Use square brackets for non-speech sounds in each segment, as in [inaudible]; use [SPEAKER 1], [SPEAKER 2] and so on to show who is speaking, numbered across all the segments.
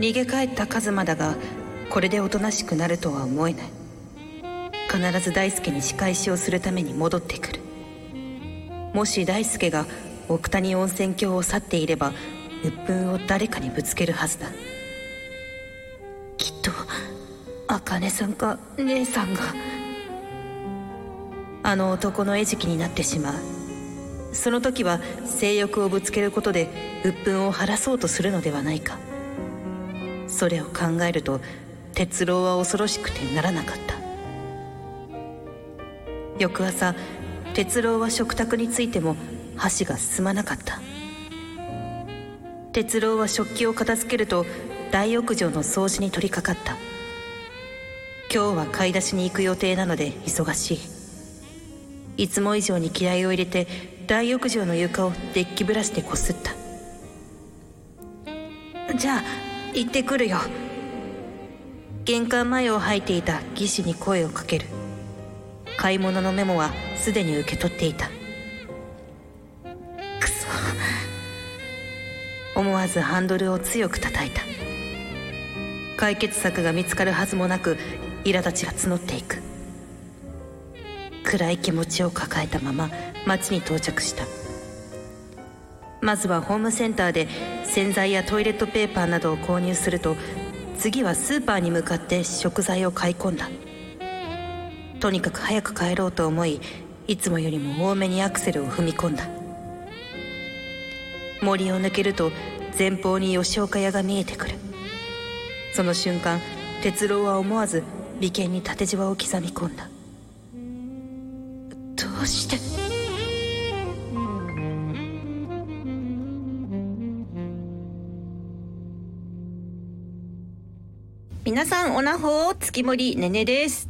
[SPEAKER 1] 逃げ帰ったカズマだがこれでおとなしくなるとは思えない必ず大輔に仕返しをするために戻ってくるもし大輔が奥谷温泉郷を去っていれば鬱憤を誰かにぶつけるはずだきっと茜さんか姉さんがあの男の餌食になってしまうその時は性欲をぶつけることで鬱憤を晴らそうとするのではないかそれを考えると哲郎は恐ろしくてならなかった翌朝哲郎は食卓についても箸が進まなかった哲郎は食器を片付けると大浴場の掃除に取り掛かった今日は買い出しに行く予定なので忙しいいつも以上に気合を入れて大浴場の床をデッキブラシでこすったじゃあ行ってくるよ玄関前を吐いていた義士に声をかける買い物のメモはすでに受け取っていたクソ思わずハンドルを強く叩いた解決策が見つかるはずもなく苛立ちが募っていく暗い気持ちを抱えたまま町に到着したまずはホームセンターで洗剤やトイレットペーパーなどを購入すると次はスーパーに向かって食材を買い込んだとにかく早く帰ろうと思いいつもよりも多めにアクセルを踏み込んだ森を抜けると前方に吉岡屋が見えてくるその瞬間哲郎は思わず眉間に縦じわを刻み込んだどうして皆さんおなほ月森ねねです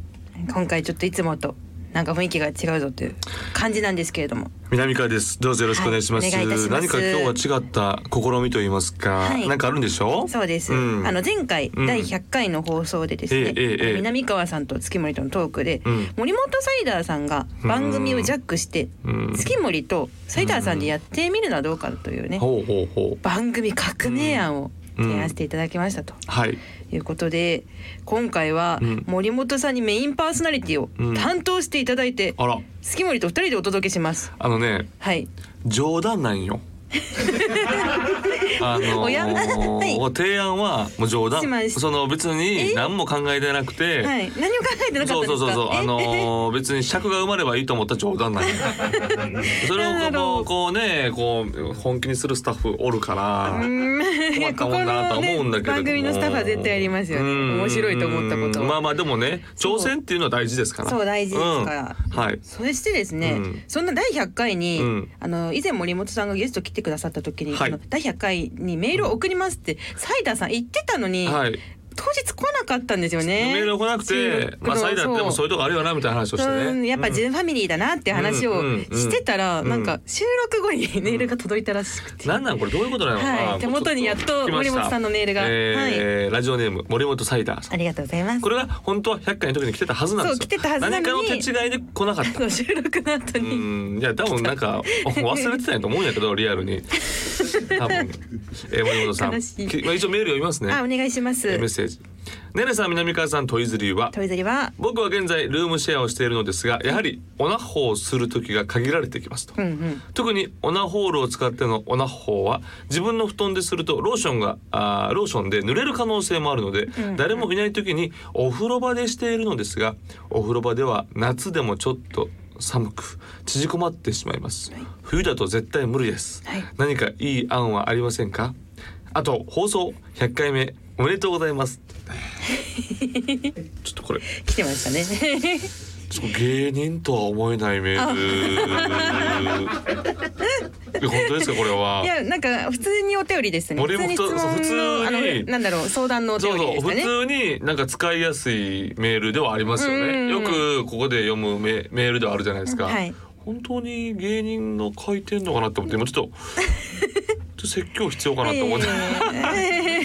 [SPEAKER 1] 今回ちょっといつもとなんか雰囲気が違うぞという感じなんですけれども
[SPEAKER 2] 南川です。どうぞよろしくお願いします。
[SPEAKER 1] はいお願いいたします
[SPEAKER 2] 何か今日は違った試みといいますか、
[SPEAKER 1] はい
[SPEAKER 2] なんかあるんでしょ
[SPEAKER 1] そうです、
[SPEAKER 2] ん
[SPEAKER 1] あの前回
[SPEAKER 2] うん
[SPEAKER 1] 第100回の放送でですね、
[SPEAKER 2] ええええええ
[SPEAKER 1] 南川さんと月森とのトークで、
[SPEAKER 2] うん
[SPEAKER 1] 森本サイダーさんが番組をジャックして、
[SPEAKER 2] うん
[SPEAKER 1] 月森とサイダーさんでやってみるのはどうかというね、
[SPEAKER 2] ほうほうほう。
[SPEAKER 1] 番組革命案を提案していただきましたと。
[SPEAKER 2] はい。
[SPEAKER 1] いうことで今回は
[SPEAKER 2] うん
[SPEAKER 1] 森本さんにメインパーソナリティを
[SPEAKER 2] うん
[SPEAKER 1] 担当していただいて、
[SPEAKER 2] あら、
[SPEAKER 1] 月森と二人でお届けします
[SPEAKER 2] あのね、
[SPEAKER 1] はい
[SPEAKER 2] 冗談なん
[SPEAKER 1] [laughs]
[SPEAKER 2] よ。あの
[SPEAKER 1] おやはい
[SPEAKER 2] 提案はもう冗
[SPEAKER 1] しま
[SPEAKER 2] 談。
[SPEAKER 1] した
[SPEAKER 2] その別に何も考えてなくて。
[SPEAKER 1] はい何も考えてなかったん
[SPEAKER 2] そう
[SPEAKER 1] です
[SPEAKER 2] そ
[SPEAKER 1] か
[SPEAKER 2] うそうそう、あ
[SPEAKER 1] え
[SPEAKER 2] のー、別に尺が生まればいいと思った冗
[SPEAKER 1] [laughs]
[SPEAKER 2] 談なんや。それ
[SPEAKER 1] な
[SPEAKER 2] を
[SPEAKER 1] るほど
[SPEAKER 2] こう、こうね、こう本気にするスタッフおるか
[SPEAKER 1] い
[SPEAKER 2] ら。困
[SPEAKER 1] や
[SPEAKER 2] っ
[SPEAKER 1] こ
[SPEAKER 2] た
[SPEAKER 1] こ
[SPEAKER 2] もんだなと
[SPEAKER 1] の
[SPEAKER 2] は思うんだ
[SPEAKER 1] ね
[SPEAKER 2] けれど
[SPEAKER 1] 番
[SPEAKER 2] も
[SPEAKER 1] 組のスタッフは絶対やりますよね
[SPEAKER 2] うん
[SPEAKER 1] 面白いと思ったこと
[SPEAKER 2] まあ
[SPEAKER 1] は
[SPEAKER 2] まあでもね挑戦っていうのは大事ですから
[SPEAKER 1] そう大事ですから
[SPEAKER 2] うんはい
[SPEAKER 1] そしてですね、
[SPEAKER 2] うん
[SPEAKER 1] そんな第100回に、
[SPEAKER 2] うん
[SPEAKER 1] あの以前森本さんがゲスト来てくださった時に、
[SPEAKER 2] はい
[SPEAKER 1] あの第100回にメールを送りますってサイダーさん言ってたのに、
[SPEAKER 2] はい
[SPEAKER 1] 当日来なかったんですよね
[SPEAKER 2] メールが来なく
[SPEAKER 1] 中国
[SPEAKER 2] て
[SPEAKER 1] の
[SPEAKER 2] まあサイダーってもそう
[SPEAKER 1] そ
[SPEAKER 2] いうとこあるよなみたいな話をして
[SPEAKER 1] ううん
[SPEAKER 2] ね
[SPEAKER 1] やっぱジュンファミリーだなって話を
[SPEAKER 2] うんうんうん
[SPEAKER 1] してたら、
[SPEAKER 2] うん
[SPEAKER 1] なんか収録後にメールが届いたらしくて、
[SPEAKER 2] なんなんこれどういうことなのかな
[SPEAKER 1] はい手元にやっと森本さんのメールが
[SPEAKER 2] えーラジオネーム森本サイダーさん
[SPEAKER 1] ありがとうございます
[SPEAKER 2] これが本当は100回の時に来てたはずなんですよ
[SPEAKER 1] そう来てたはずなのに
[SPEAKER 2] 何かの手違いで来なかった
[SPEAKER 1] そう収録の後
[SPEAKER 2] う
[SPEAKER 1] に、
[SPEAKER 2] んいや多分なんか忘れてたんやと思うん
[SPEAKER 1] [laughs]
[SPEAKER 2] やけどリアルに多分、えー、森本さん
[SPEAKER 1] 悲しい
[SPEAKER 2] きまあ、一応メール読みますね
[SPEAKER 1] あお願いします
[SPEAKER 2] えーメッセージねねさん南川さん問いずりは
[SPEAKER 1] トイザリは
[SPEAKER 2] 僕は現在ルームシェアをしているのですがやはりオナホをする時が限られてきますと、
[SPEAKER 1] うんうん
[SPEAKER 2] 特にオナホールを使ってのオナホは自分の布団でするとローションがあーローションで濡れる可能性もあるので、
[SPEAKER 1] んうん
[SPEAKER 2] 誰もいない時にお風呂場でしているのですがお風呂場では夏でもちょっと寒く縮こまってしまいます、冬だと絶対無理です、
[SPEAKER 1] はい
[SPEAKER 2] 何かいい案はありませんかあと放送100回目おめでとうございます
[SPEAKER 1] [laughs]
[SPEAKER 2] ちょっとこれ
[SPEAKER 1] 来てました [laughs] ね。
[SPEAKER 2] ちょっと芸人とは思えないメール。え本当ですかこれはい
[SPEAKER 1] やなんか普通にお手寄りですね
[SPEAKER 2] 森本
[SPEAKER 1] 普通に質
[SPEAKER 2] そう普
[SPEAKER 1] 問
[SPEAKER 2] 通に
[SPEAKER 1] のあのなんだろう相談のお手
[SPEAKER 2] そ
[SPEAKER 1] 寄
[SPEAKER 2] う
[SPEAKER 1] りでし
[SPEAKER 2] そう
[SPEAKER 1] た
[SPEAKER 2] 普
[SPEAKER 1] ね
[SPEAKER 2] 通になんか使いやすいメールではありますよ
[SPEAKER 1] うん
[SPEAKER 2] ね。よくここで読むメメールではあるじゃないですか。
[SPEAKER 1] はい
[SPEAKER 2] 本当に芸人の [laughs] 書いてんのかなと思って今ちょっとちょっと説教必要かなと思って。
[SPEAKER 1] え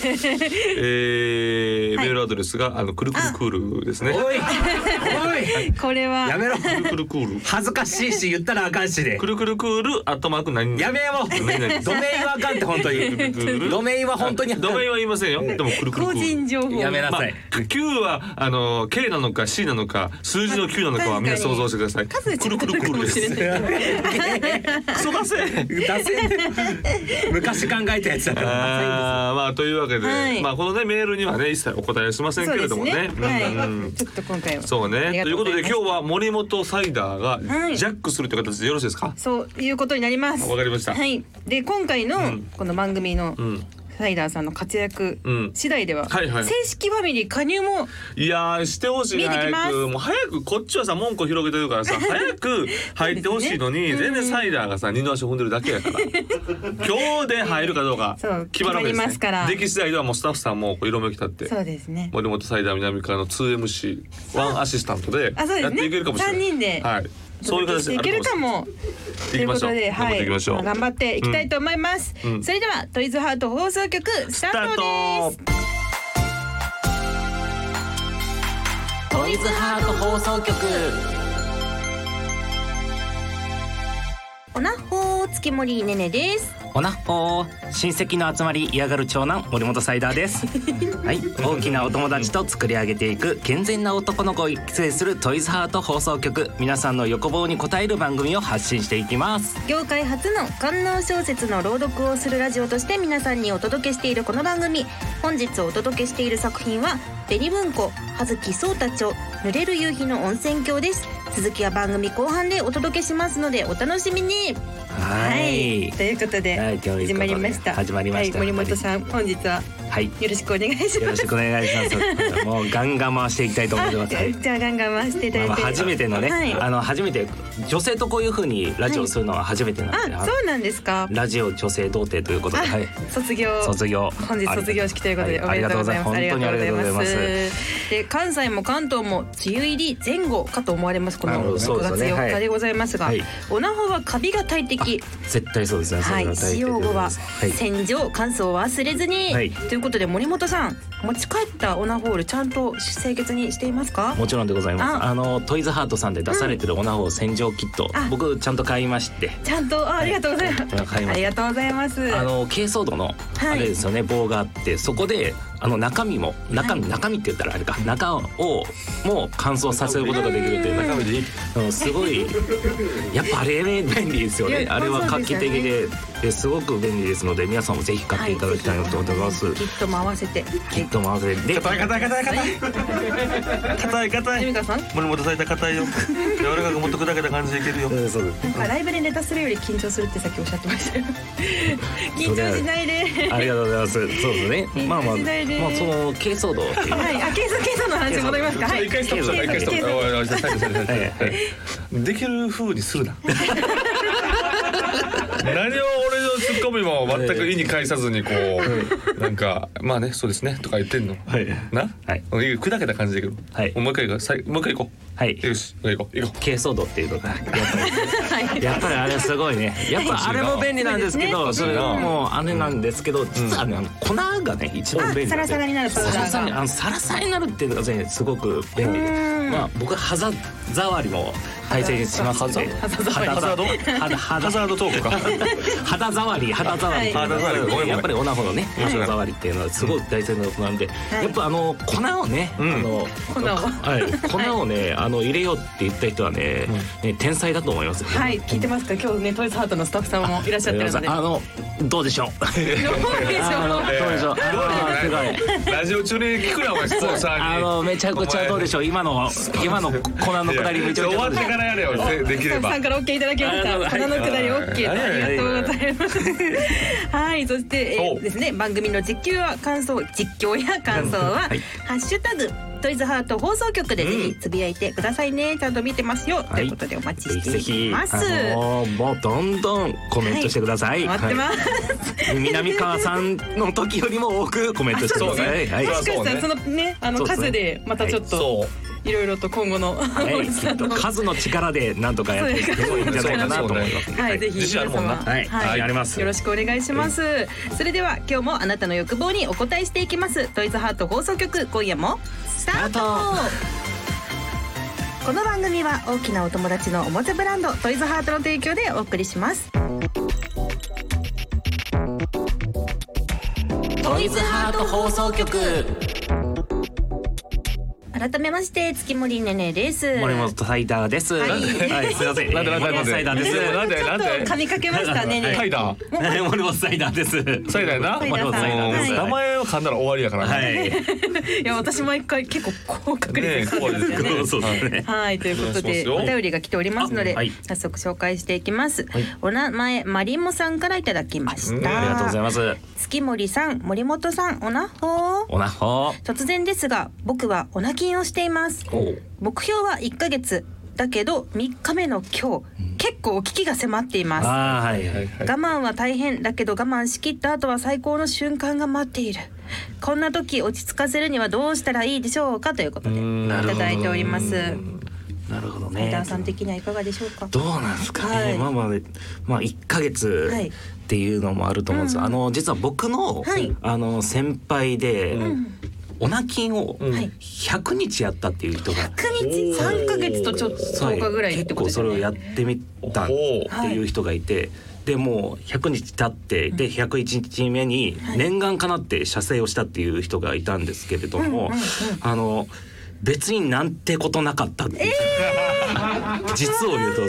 [SPEAKER 1] え
[SPEAKER 2] えーメールアドレスがあのくるくるクールですね。
[SPEAKER 3] おいおい
[SPEAKER 1] [laughs]
[SPEAKER 4] これは
[SPEAKER 3] やめろ
[SPEAKER 2] くるくるクール。
[SPEAKER 3] 恥ずかしいし言ったらあかんしで
[SPEAKER 2] くるくるクールアットマーク何
[SPEAKER 3] やめよう
[SPEAKER 2] 何々
[SPEAKER 3] ドメインはあかんって本当
[SPEAKER 2] [laughs]
[SPEAKER 3] にドメインは本当にあかん
[SPEAKER 2] ドメインは言いませんよ。でもくるくるク
[SPEAKER 4] 個
[SPEAKER 2] ール。
[SPEAKER 4] 人情報
[SPEAKER 3] やめなさい、
[SPEAKER 2] Q はあの K なのか C なのか数字の Q なのかはみんな想像してください。
[SPEAKER 4] 数
[SPEAKER 2] くるく [laughs] るクールです。
[SPEAKER 4] 違って
[SPEAKER 2] クソだせ。
[SPEAKER 3] 出せ昔考えたやつだから
[SPEAKER 2] あーまあというわけで、
[SPEAKER 4] はい
[SPEAKER 2] まあこのねメールにはね一切お答えはしませんけれどもね。
[SPEAKER 4] そうですね
[SPEAKER 2] うん
[SPEAKER 4] はいちょっと今回は
[SPEAKER 2] そうね
[SPEAKER 4] ありが
[SPEAKER 2] というこ
[SPEAKER 4] ご
[SPEAKER 2] と
[SPEAKER 4] ざ
[SPEAKER 2] で
[SPEAKER 4] ま
[SPEAKER 2] 今
[SPEAKER 4] す
[SPEAKER 2] 日は森本サイダー
[SPEAKER 4] は
[SPEAKER 2] が
[SPEAKER 4] い
[SPEAKER 2] ジャックするという形でよろしいですか。
[SPEAKER 4] そういうことになります
[SPEAKER 2] わかりました
[SPEAKER 4] はいで今回の
[SPEAKER 2] うん
[SPEAKER 4] この番組の
[SPEAKER 2] うん。
[SPEAKER 4] サイダーさんの活躍
[SPEAKER 2] うん
[SPEAKER 4] 次第では
[SPEAKER 2] はいはい
[SPEAKER 4] 正式ファミリー加入も
[SPEAKER 2] いやーしてほしい
[SPEAKER 4] 見えてきます
[SPEAKER 2] 早くもう早くこっちはさ文句広げてる
[SPEAKER 4] [laughs]
[SPEAKER 2] からさ早く入ってほしいのに、全然サイダーがさ二の足踏んでるだけやから今日で入るかどうか
[SPEAKER 4] そう
[SPEAKER 2] 決まるわけです、ね、
[SPEAKER 4] 決まりますから
[SPEAKER 2] でき次第ではもうスタッフさんもこう色めき立って
[SPEAKER 4] そうですね
[SPEAKER 2] 森本サイダー南からの 2MC1 アシスタントで
[SPEAKER 4] あそうですね
[SPEAKER 2] やっていけるかもしれない
[SPEAKER 4] 三人で
[SPEAKER 2] はい、そういう
[SPEAKER 4] お届け
[SPEAKER 2] 形
[SPEAKER 4] して
[SPEAKER 2] で
[SPEAKER 4] いけるかも
[SPEAKER 2] い
[SPEAKER 4] とい
[SPEAKER 2] き
[SPEAKER 4] う
[SPEAKER 2] ま
[SPEAKER 4] こ
[SPEAKER 2] しょ
[SPEAKER 4] と
[SPEAKER 2] う
[SPEAKER 4] で
[SPEAKER 2] 頑張っていきましょう
[SPEAKER 4] 頑張っていきたいと思います、
[SPEAKER 2] うん
[SPEAKER 4] それではトイズハート放送局スタートです
[SPEAKER 5] トイズハート放送局
[SPEAKER 4] おなほー月森ねねです
[SPEAKER 5] おなっぽー親戚の集まり嫌がる長男森本サイダーです
[SPEAKER 3] [laughs]
[SPEAKER 5] はい大きなお友達と作り上げていく健全な男の子を育成するトイズハート放送局皆さんの横棒に応える番組を発信していきます
[SPEAKER 4] 業界初の官能小説の朗読をするラジオとして皆さんにお届けしているこの番組本日お届けしている作品は紅文庫葉月草太町濡れる夕日の温泉郷です続きは番組後半でお届けしますのでお楽しみに
[SPEAKER 5] はい
[SPEAKER 4] ということで
[SPEAKER 5] はいということで
[SPEAKER 4] 始まりました
[SPEAKER 5] 始まりました
[SPEAKER 4] はい、森本さん本日は
[SPEAKER 5] はい
[SPEAKER 4] よろしくお願いします
[SPEAKER 5] よろしくお願いし
[SPEAKER 4] [laughs]
[SPEAKER 5] ますもうガンガン回していきたいと思ってます、
[SPEAKER 4] じ
[SPEAKER 5] は
[SPEAKER 4] ゃあ
[SPEAKER 5] い
[SPEAKER 4] じゃあガンガン回していただい
[SPEAKER 5] ま
[SPEAKER 4] て、
[SPEAKER 5] あまあ初めてのね、
[SPEAKER 4] はい、
[SPEAKER 5] あの初めて女性とこういう風にラジオするのは初めてなんで、
[SPEAKER 4] あそうなんですか
[SPEAKER 5] ラジオ女性童貞ということ
[SPEAKER 4] あ、
[SPEAKER 5] で、はい、
[SPEAKER 4] 卒業
[SPEAKER 5] 卒業
[SPEAKER 4] 本日卒業式ということで、
[SPEAKER 5] はいありがとうございます
[SPEAKER 4] おめでとうございます
[SPEAKER 5] 本当にありがとうございます
[SPEAKER 4] で関西も関東も梅雨入り前後かと思われますこ
[SPEAKER 5] なるほ
[SPEAKER 4] の
[SPEAKER 5] どそう
[SPEAKER 4] 9
[SPEAKER 5] です
[SPEAKER 4] 月
[SPEAKER 5] よね
[SPEAKER 4] 4日でございますが、
[SPEAKER 5] はい
[SPEAKER 4] オナホはカビが大敵
[SPEAKER 5] 絶対そうですね。
[SPEAKER 4] はい、
[SPEAKER 5] そ
[SPEAKER 4] 使
[SPEAKER 5] れは
[SPEAKER 4] 用
[SPEAKER 5] 大
[SPEAKER 4] 後
[SPEAKER 5] 抵
[SPEAKER 4] は
[SPEAKER 5] ですはい
[SPEAKER 4] 洗浄乾燥を忘れずに、
[SPEAKER 5] はい
[SPEAKER 4] ということで森本さん持ち帰ったオナホールちゃんと清潔にしていますか
[SPEAKER 5] もちろんでございます。
[SPEAKER 4] あ
[SPEAKER 5] あのトイズハートさんで出されてるオナホ洗浄キット
[SPEAKER 4] あ、
[SPEAKER 5] 僕ちゃんと買いまして。
[SPEAKER 4] ちゃんとあありがとうございます、
[SPEAKER 5] わかりま
[SPEAKER 4] あ
[SPEAKER 5] した
[SPEAKER 4] りがとうございます
[SPEAKER 5] あの珪藻土の
[SPEAKER 4] はい
[SPEAKER 5] あれですよね、棒があってそこであの中身も中身、中身って言ったらあれか中をもう乾燥させることができるという中身でうんすごいやっぱあれ便利ですよ
[SPEAKER 4] い
[SPEAKER 5] ね
[SPEAKER 4] や
[SPEAKER 5] あれは
[SPEAKER 4] まあそ
[SPEAKER 5] 画
[SPEAKER 4] うです
[SPEAKER 5] 期
[SPEAKER 4] よ
[SPEAKER 5] 的
[SPEAKER 4] ね
[SPEAKER 5] でですごく便利ですので皆さんもぜひ買っていただきたいなと思います、
[SPEAKER 4] キットも合わせて
[SPEAKER 5] キットも合わせてで
[SPEAKER 2] 硬い硬い硬い硬い硬い硬
[SPEAKER 4] ジ
[SPEAKER 2] い
[SPEAKER 4] ミカさん
[SPEAKER 2] 森本サイダー硬いよ柔らかくもっと砕けた感じでいけるよ
[SPEAKER 5] うんそうです
[SPEAKER 4] なんかライブでネタするより緊張するってさっきおっしゃってま
[SPEAKER 5] [laughs]
[SPEAKER 4] したよ緊張しないで
[SPEAKER 5] ありがとうございます。そうですね。まあまあ、ま
[SPEAKER 4] 時代で
[SPEAKER 5] あその軽騒動っていう。
[SPEAKER 4] はい、あ、ケイさん、ケイさんの話戻りますか。はい、
[SPEAKER 2] 一回ストップした一回ストップしたおいおい最後最後最後
[SPEAKER 5] はいはい
[SPEAKER 2] できる風にするな何を俺のツッコミも全く意に介さずにこうなんか「まあねそうですね」とか言ってんの
[SPEAKER 5] はい
[SPEAKER 2] な、
[SPEAKER 5] はい
[SPEAKER 2] 砕けた感じでいく
[SPEAKER 5] はい
[SPEAKER 2] もう一回行こうさいもう一回行こ
[SPEAKER 5] は
[SPEAKER 2] う
[SPEAKER 5] い。
[SPEAKER 2] よしもう一回行こう行こ
[SPEAKER 5] 軽騒動っていうのがやっぱり [laughs] やっぱりあれすごいねやっぱあれも便利なんですけどそれがもうあれなんですけど実はねあの粉がね一番便利なん
[SPEAKER 4] あサラ
[SPEAKER 5] ですよ
[SPEAKER 4] サラになるパウダーが
[SPEAKER 5] サラサラにあのサラサラになるっていうのがねすごく便利でまあ僕肌触りも大切にしますんで
[SPEAKER 4] 肌触り
[SPEAKER 5] 肌触り肌
[SPEAKER 2] う
[SPEAKER 5] 肌
[SPEAKER 2] ハザードトーク
[SPEAKER 5] [laughs]
[SPEAKER 2] か
[SPEAKER 5] 肌触り肌触りっていう
[SPEAKER 2] は
[SPEAKER 5] のが
[SPEAKER 2] い肌触りごめんごめん
[SPEAKER 5] やっぱりオナホのね
[SPEAKER 2] 面白い
[SPEAKER 5] 肌触りっていうのはすごい大切なことなんで、
[SPEAKER 4] い
[SPEAKER 5] やっぱあの粉をね、
[SPEAKER 2] ん
[SPEAKER 5] あの
[SPEAKER 4] 粉を
[SPEAKER 5] はい、粉をね、あの入れようって言った人はね,、ね天才だと思いますよ、
[SPEAKER 4] はい、聞いてますか。今日ね、トイズハートのスタッフさんもいらっしゃってるので。
[SPEAKER 5] あのどうでしょう
[SPEAKER 4] [laughs] どうでしょう
[SPEAKER 5] あのどうでしょうあのすごい
[SPEAKER 2] ラジオ中に聞くなお前スポンサーに
[SPEAKER 5] あのめちゃくちゃどうでしょう今の今の粉のくだりめちゃく
[SPEAKER 2] 終
[SPEAKER 5] ちゃ
[SPEAKER 2] わ
[SPEAKER 5] どう
[SPEAKER 2] って
[SPEAKER 5] でしょう
[SPEAKER 2] からやれよででき
[SPEAKER 4] ス
[SPEAKER 2] れ
[SPEAKER 4] タッフ
[SPEAKER 5] [laughs]
[SPEAKER 2] ば
[SPEAKER 4] さんからオッケーいただきまし
[SPEAKER 5] あり
[SPEAKER 4] た。
[SPEAKER 5] がとう
[SPEAKER 4] 花のくだりオッケー
[SPEAKER 2] はい
[SPEAKER 4] ありがとうございます。はい、そしてえ
[SPEAKER 2] お
[SPEAKER 4] ーですね、番組の実況は感想、実況や感想は
[SPEAKER 5] はい
[SPEAKER 4] ハッシュタグトイズハート放送局でぜひつぶやいてくださいね。ちゃんと見てますよということでお待ち
[SPEAKER 5] ぜひぜ
[SPEAKER 4] してい
[SPEAKER 5] ひ、あ
[SPEAKER 4] ます。
[SPEAKER 5] のもうどんどんコメントしてください。
[SPEAKER 4] 待って
[SPEAKER 5] はい
[SPEAKER 4] ます。
[SPEAKER 5] 南川さんの時よりも多くコメントしてください。はい
[SPEAKER 4] もしかしたらそのねあの
[SPEAKER 5] そうですね
[SPEAKER 4] 数でまたちょっと
[SPEAKER 2] そう
[SPEAKER 4] いろいろと今後の [laughs]
[SPEAKER 5] はい、数の力でなんとかやっていけばいいんじゃないかなと思います。
[SPEAKER 4] はい、ぜひ
[SPEAKER 2] 自信あ
[SPEAKER 4] 皆
[SPEAKER 2] るもんな
[SPEAKER 4] 様、
[SPEAKER 5] はいはいあります
[SPEAKER 4] よろしくお願いします。それでは今日もあなたの欲望にお答えしていきます。トイズハート放送局今夜もスタート。
[SPEAKER 6] この番組は大きなお友達のおもちゃブランドトイズハートの提供でお送りします
[SPEAKER 5] トイズハート放送局。
[SPEAKER 6] 改めまして月森ねねです
[SPEAKER 5] 森本サイダーです。
[SPEAKER 6] はい
[SPEAKER 5] はい、すいません。
[SPEAKER 2] なんでなんでな
[SPEAKER 5] 森本
[SPEAKER 2] んで
[SPEAKER 5] サイダーで
[SPEAKER 2] ち
[SPEAKER 5] す。
[SPEAKER 2] ょっ
[SPEAKER 4] ちょっと噛みかけましたね。
[SPEAKER 2] サイダー
[SPEAKER 5] 森本サイダーです。
[SPEAKER 2] サイダーやな
[SPEAKER 4] サイダー
[SPEAKER 5] 森本サイダーです。
[SPEAKER 2] うん名前を噛んだら終わりやからな
[SPEAKER 5] はい。
[SPEAKER 4] いや私毎回結構高確率で
[SPEAKER 2] ね
[SPEAKER 4] 噛ん
[SPEAKER 2] 怖
[SPEAKER 4] で
[SPEAKER 2] い
[SPEAKER 4] ま
[SPEAKER 2] です
[SPEAKER 4] すよね。
[SPEAKER 5] そうですね。
[SPEAKER 4] はいということ
[SPEAKER 2] お願い
[SPEAKER 4] で
[SPEAKER 2] しますよ
[SPEAKER 4] お便りが来ておりますので、
[SPEAKER 5] あはい
[SPEAKER 4] 早速紹介していきます、
[SPEAKER 5] はい
[SPEAKER 4] お名前マリモさんからいただきまし
[SPEAKER 2] うん
[SPEAKER 5] ありがとうござい
[SPEAKER 4] た
[SPEAKER 5] ます。
[SPEAKER 4] 月森さん森本さんおなほー
[SPEAKER 5] おなほー。
[SPEAKER 4] 突然ですが僕はおなきんをしています目標は1ヶ月だけど3日目の今日結構危機が迫っています
[SPEAKER 5] あーはいはい。
[SPEAKER 4] 我慢は大変だけど我慢しきった後は最高の瞬間が待っているこんな時落ち着かせるにはどうしたらいいでしょうかということでい
[SPEAKER 5] なるほ
[SPEAKER 4] た
[SPEAKER 5] ど
[SPEAKER 4] だいております
[SPEAKER 5] なるほど
[SPEAKER 4] ライ
[SPEAKER 5] ね
[SPEAKER 4] ダー。さん的にはいかがでしょうか
[SPEAKER 5] どうなんですかね、
[SPEAKER 4] はい
[SPEAKER 5] まあまあまあ一ヶ月
[SPEAKER 4] はい
[SPEAKER 5] っていうのもあると思うんです、あの実は僕の、
[SPEAKER 4] はい
[SPEAKER 5] あの先輩で、オナキンを
[SPEAKER 4] はい
[SPEAKER 5] 100日やったっていう人が、
[SPEAKER 4] 9日3ヶ月とちょっと
[SPEAKER 5] はい
[SPEAKER 4] 10日ぐらいってこ
[SPEAKER 5] 結
[SPEAKER 4] と
[SPEAKER 5] 構
[SPEAKER 4] です
[SPEAKER 5] それをや
[SPEAKER 4] ね
[SPEAKER 5] ってみたっていう人がいて。でもう100日経ってで101日目に念願かなって射精をしたっていう人がいたんですけれども、あの別になんてことなかったっ
[SPEAKER 4] [laughs]
[SPEAKER 5] ていう実を言うとそん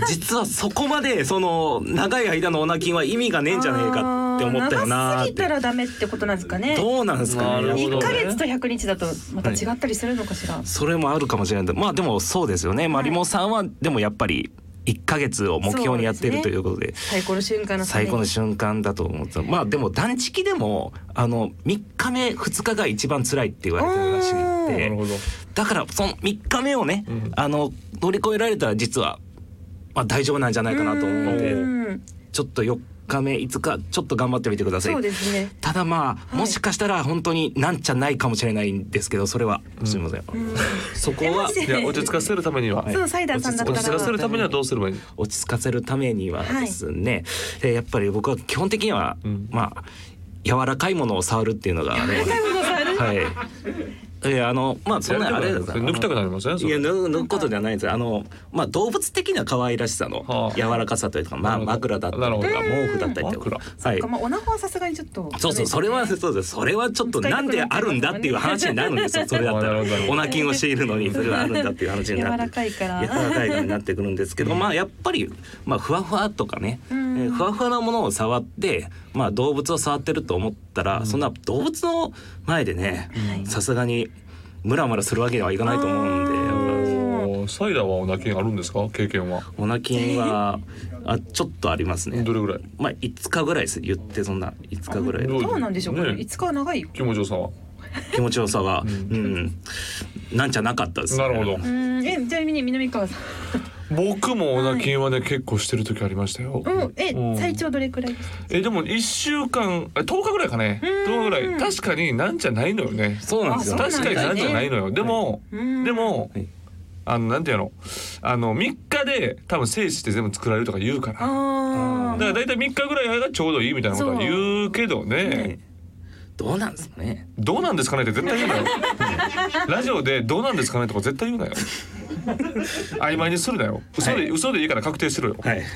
[SPEAKER 5] な実はそこまでその長い間のオナキンは意味がねえんじゃねえかって思ったよ
[SPEAKER 4] あ
[SPEAKER 5] な
[SPEAKER 4] ー長
[SPEAKER 5] ーっ
[SPEAKER 4] すぎた
[SPEAKER 5] て
[SPEAKER 4] らダメってことなんですかね
[SPEAKER 5] どうなんですか
[SPEAKER 2] なるほ
[SPEAKER 5] ね
[SPEAKER 2] ど
[SPEAKER 4] 1ヶ月と100日だとまた違ったりするのかしら、
[SPEAKER 5] それもあるかもしれないまあでもそうですよね、まあ、リモさんはでもやっぱり1ヶ月を目標にやってるということで
[SPEAKER 4] 最高の瞬間のため
[SPEAKER 5] 最
[SPEAKER 4] に
[SPEAKER 5] 高の瞬間だと思ってたまあでも断食でもあの3日目2日が一番辛いって言われてるらし
[SPEAKER 4] おー
[SPEAKER 2] なるほ
[SPEAKER 5] くて
[SPEAKER 2] ど
[SPEAKER 5] だからその3日目をね、あの乗り越えられたら実は、まあ、大丈夫なんじゃないかなと思うので
[SPEAKER 4] うん
[SPEAKER 5] ちょっと4日目5日ちょっと頑張ってみてください
[SPEAKER 4] そうですね
[SPEAKER 5] ただまあ、もしかしたら本当になんじゃないかもしれないんですけどそれはすみません、そこは
[SPEAKER 2] じゃあ落ち着かせるためには
[SPEAKER 4] そうサイダーさんだったら
[SPEAKER 2] 落ち着かせるためにはどうすればいいの
[SPEAKER 5] 落ち着かせるためにはですね、えーやっぱり僕は基本的には、
[SPEAKER 2] ん
[SPEAKER 5] まあ柔らかいものを触るっていうのがねはいえーあのまあそんなあれです
[SPEAKER 2] 抜きたくなりますねそ
[SPEAKER 5] い
[SPEAKER 2] れ
[SPEAKER 5] や抜抜くことじゃないんですあのまあ動物的な可愛らしさの
[SPEAKER 2] はあ
[SPEAKER 5] 柔らかさというかまあ
[SPEAKER 2] なるほど
[SPEAKER 5] 枕だったりとか
[SPEAKER 2] なるほ
[SPEAKER 5] 毛布だったりと
[SPEAKER 2] 枕
[SPEAKER 5] かはい
[SPEAKER 4] まあおなほはさすがにちょっと
[SPEAKER 5] そうそうそれはそうですそれはちょっとなんであるんだっていう話になるんですよそれだったら
[SPEAKER 2] なるほどなるほど
[SPEAKER 5] おなきんをしているのにそれはあるんだっていう話になる
[SPEAKER 4] 柔らかいから
[SPEAKER 5] 柔らかいになってくるんですけどまあやっぱりまあふわふわとかねえーふわふわなものを触ってまあ動物を触ってると思ったらそんな動物の前でねさすがにムラムラするわけにはいかないと思うんでやっぱ
[SPEAKER 2] おーサイダーはお泣きあるんですか経験は
[SPEAKER 5] おなきんはあちょっとありますね
[SPEAKER 2] どれぐらい
[SPEAKER 5] まあ5日ぐらいです言ってそんな5日ぐらい
[SPEAKER 2] ど
[SPEAKER 4] どうなんでしょうこれ
[SPEAKER 2] ね
[SPEAKER 4] 5日は長いよ
[SPEAKER 2] 気持ちよさは
[SPEAKER 5] 気持ちよさが、うん、なんじゃなかったです、
[SPEAKER 2] なるほど
[SPEAKER 4] うんえちなみに南川さ
[SPEAKER 2] 僕もお泣きはね結構してる時ありましたよ
[SPEAKER 4] んもうえ
[SPEAKER 2] うん
[SPEAKER 4] 最長どれくらいですか
[SPEAKER 2] えでも一週間え10日ぐらいかね10日ぐらい確かになんじゃないのよね
[SPEAKER 5] そうなんですよ。
[SPEAKER 4] あそう
[SPEAKER 2] 確かになんじゃないのよでも
[SPEAKER 4] うん
[SPEAKER 2] でも
[SPEAKER 5] はい
[SPEAKER 2] あのなんていうのあの3日で多分精子って全部作られるとか言うから
[SPEAKER 4] あ
[SPEAKER 2] だ
[SPEAKER 4] ー
[SPEAKER 2] から大体3日ぐらいがちょうどいいみたいなことは言うけどね
[SPEAKER 5] どうなんですかね。
[SPEAKER 2] どうなんですかねって絶対言うな
[SPEAKER 4] [laughs]
[SPEAKER 2] よラジオでどうなんですかねとか絶対言うなよ曖昧にするなよ嘘で、
[SPEAKER 5] はい
[SPEAKER 2] 嘘でいいから確定しろよ、
[SPEAKER 5] はい。 [laughs]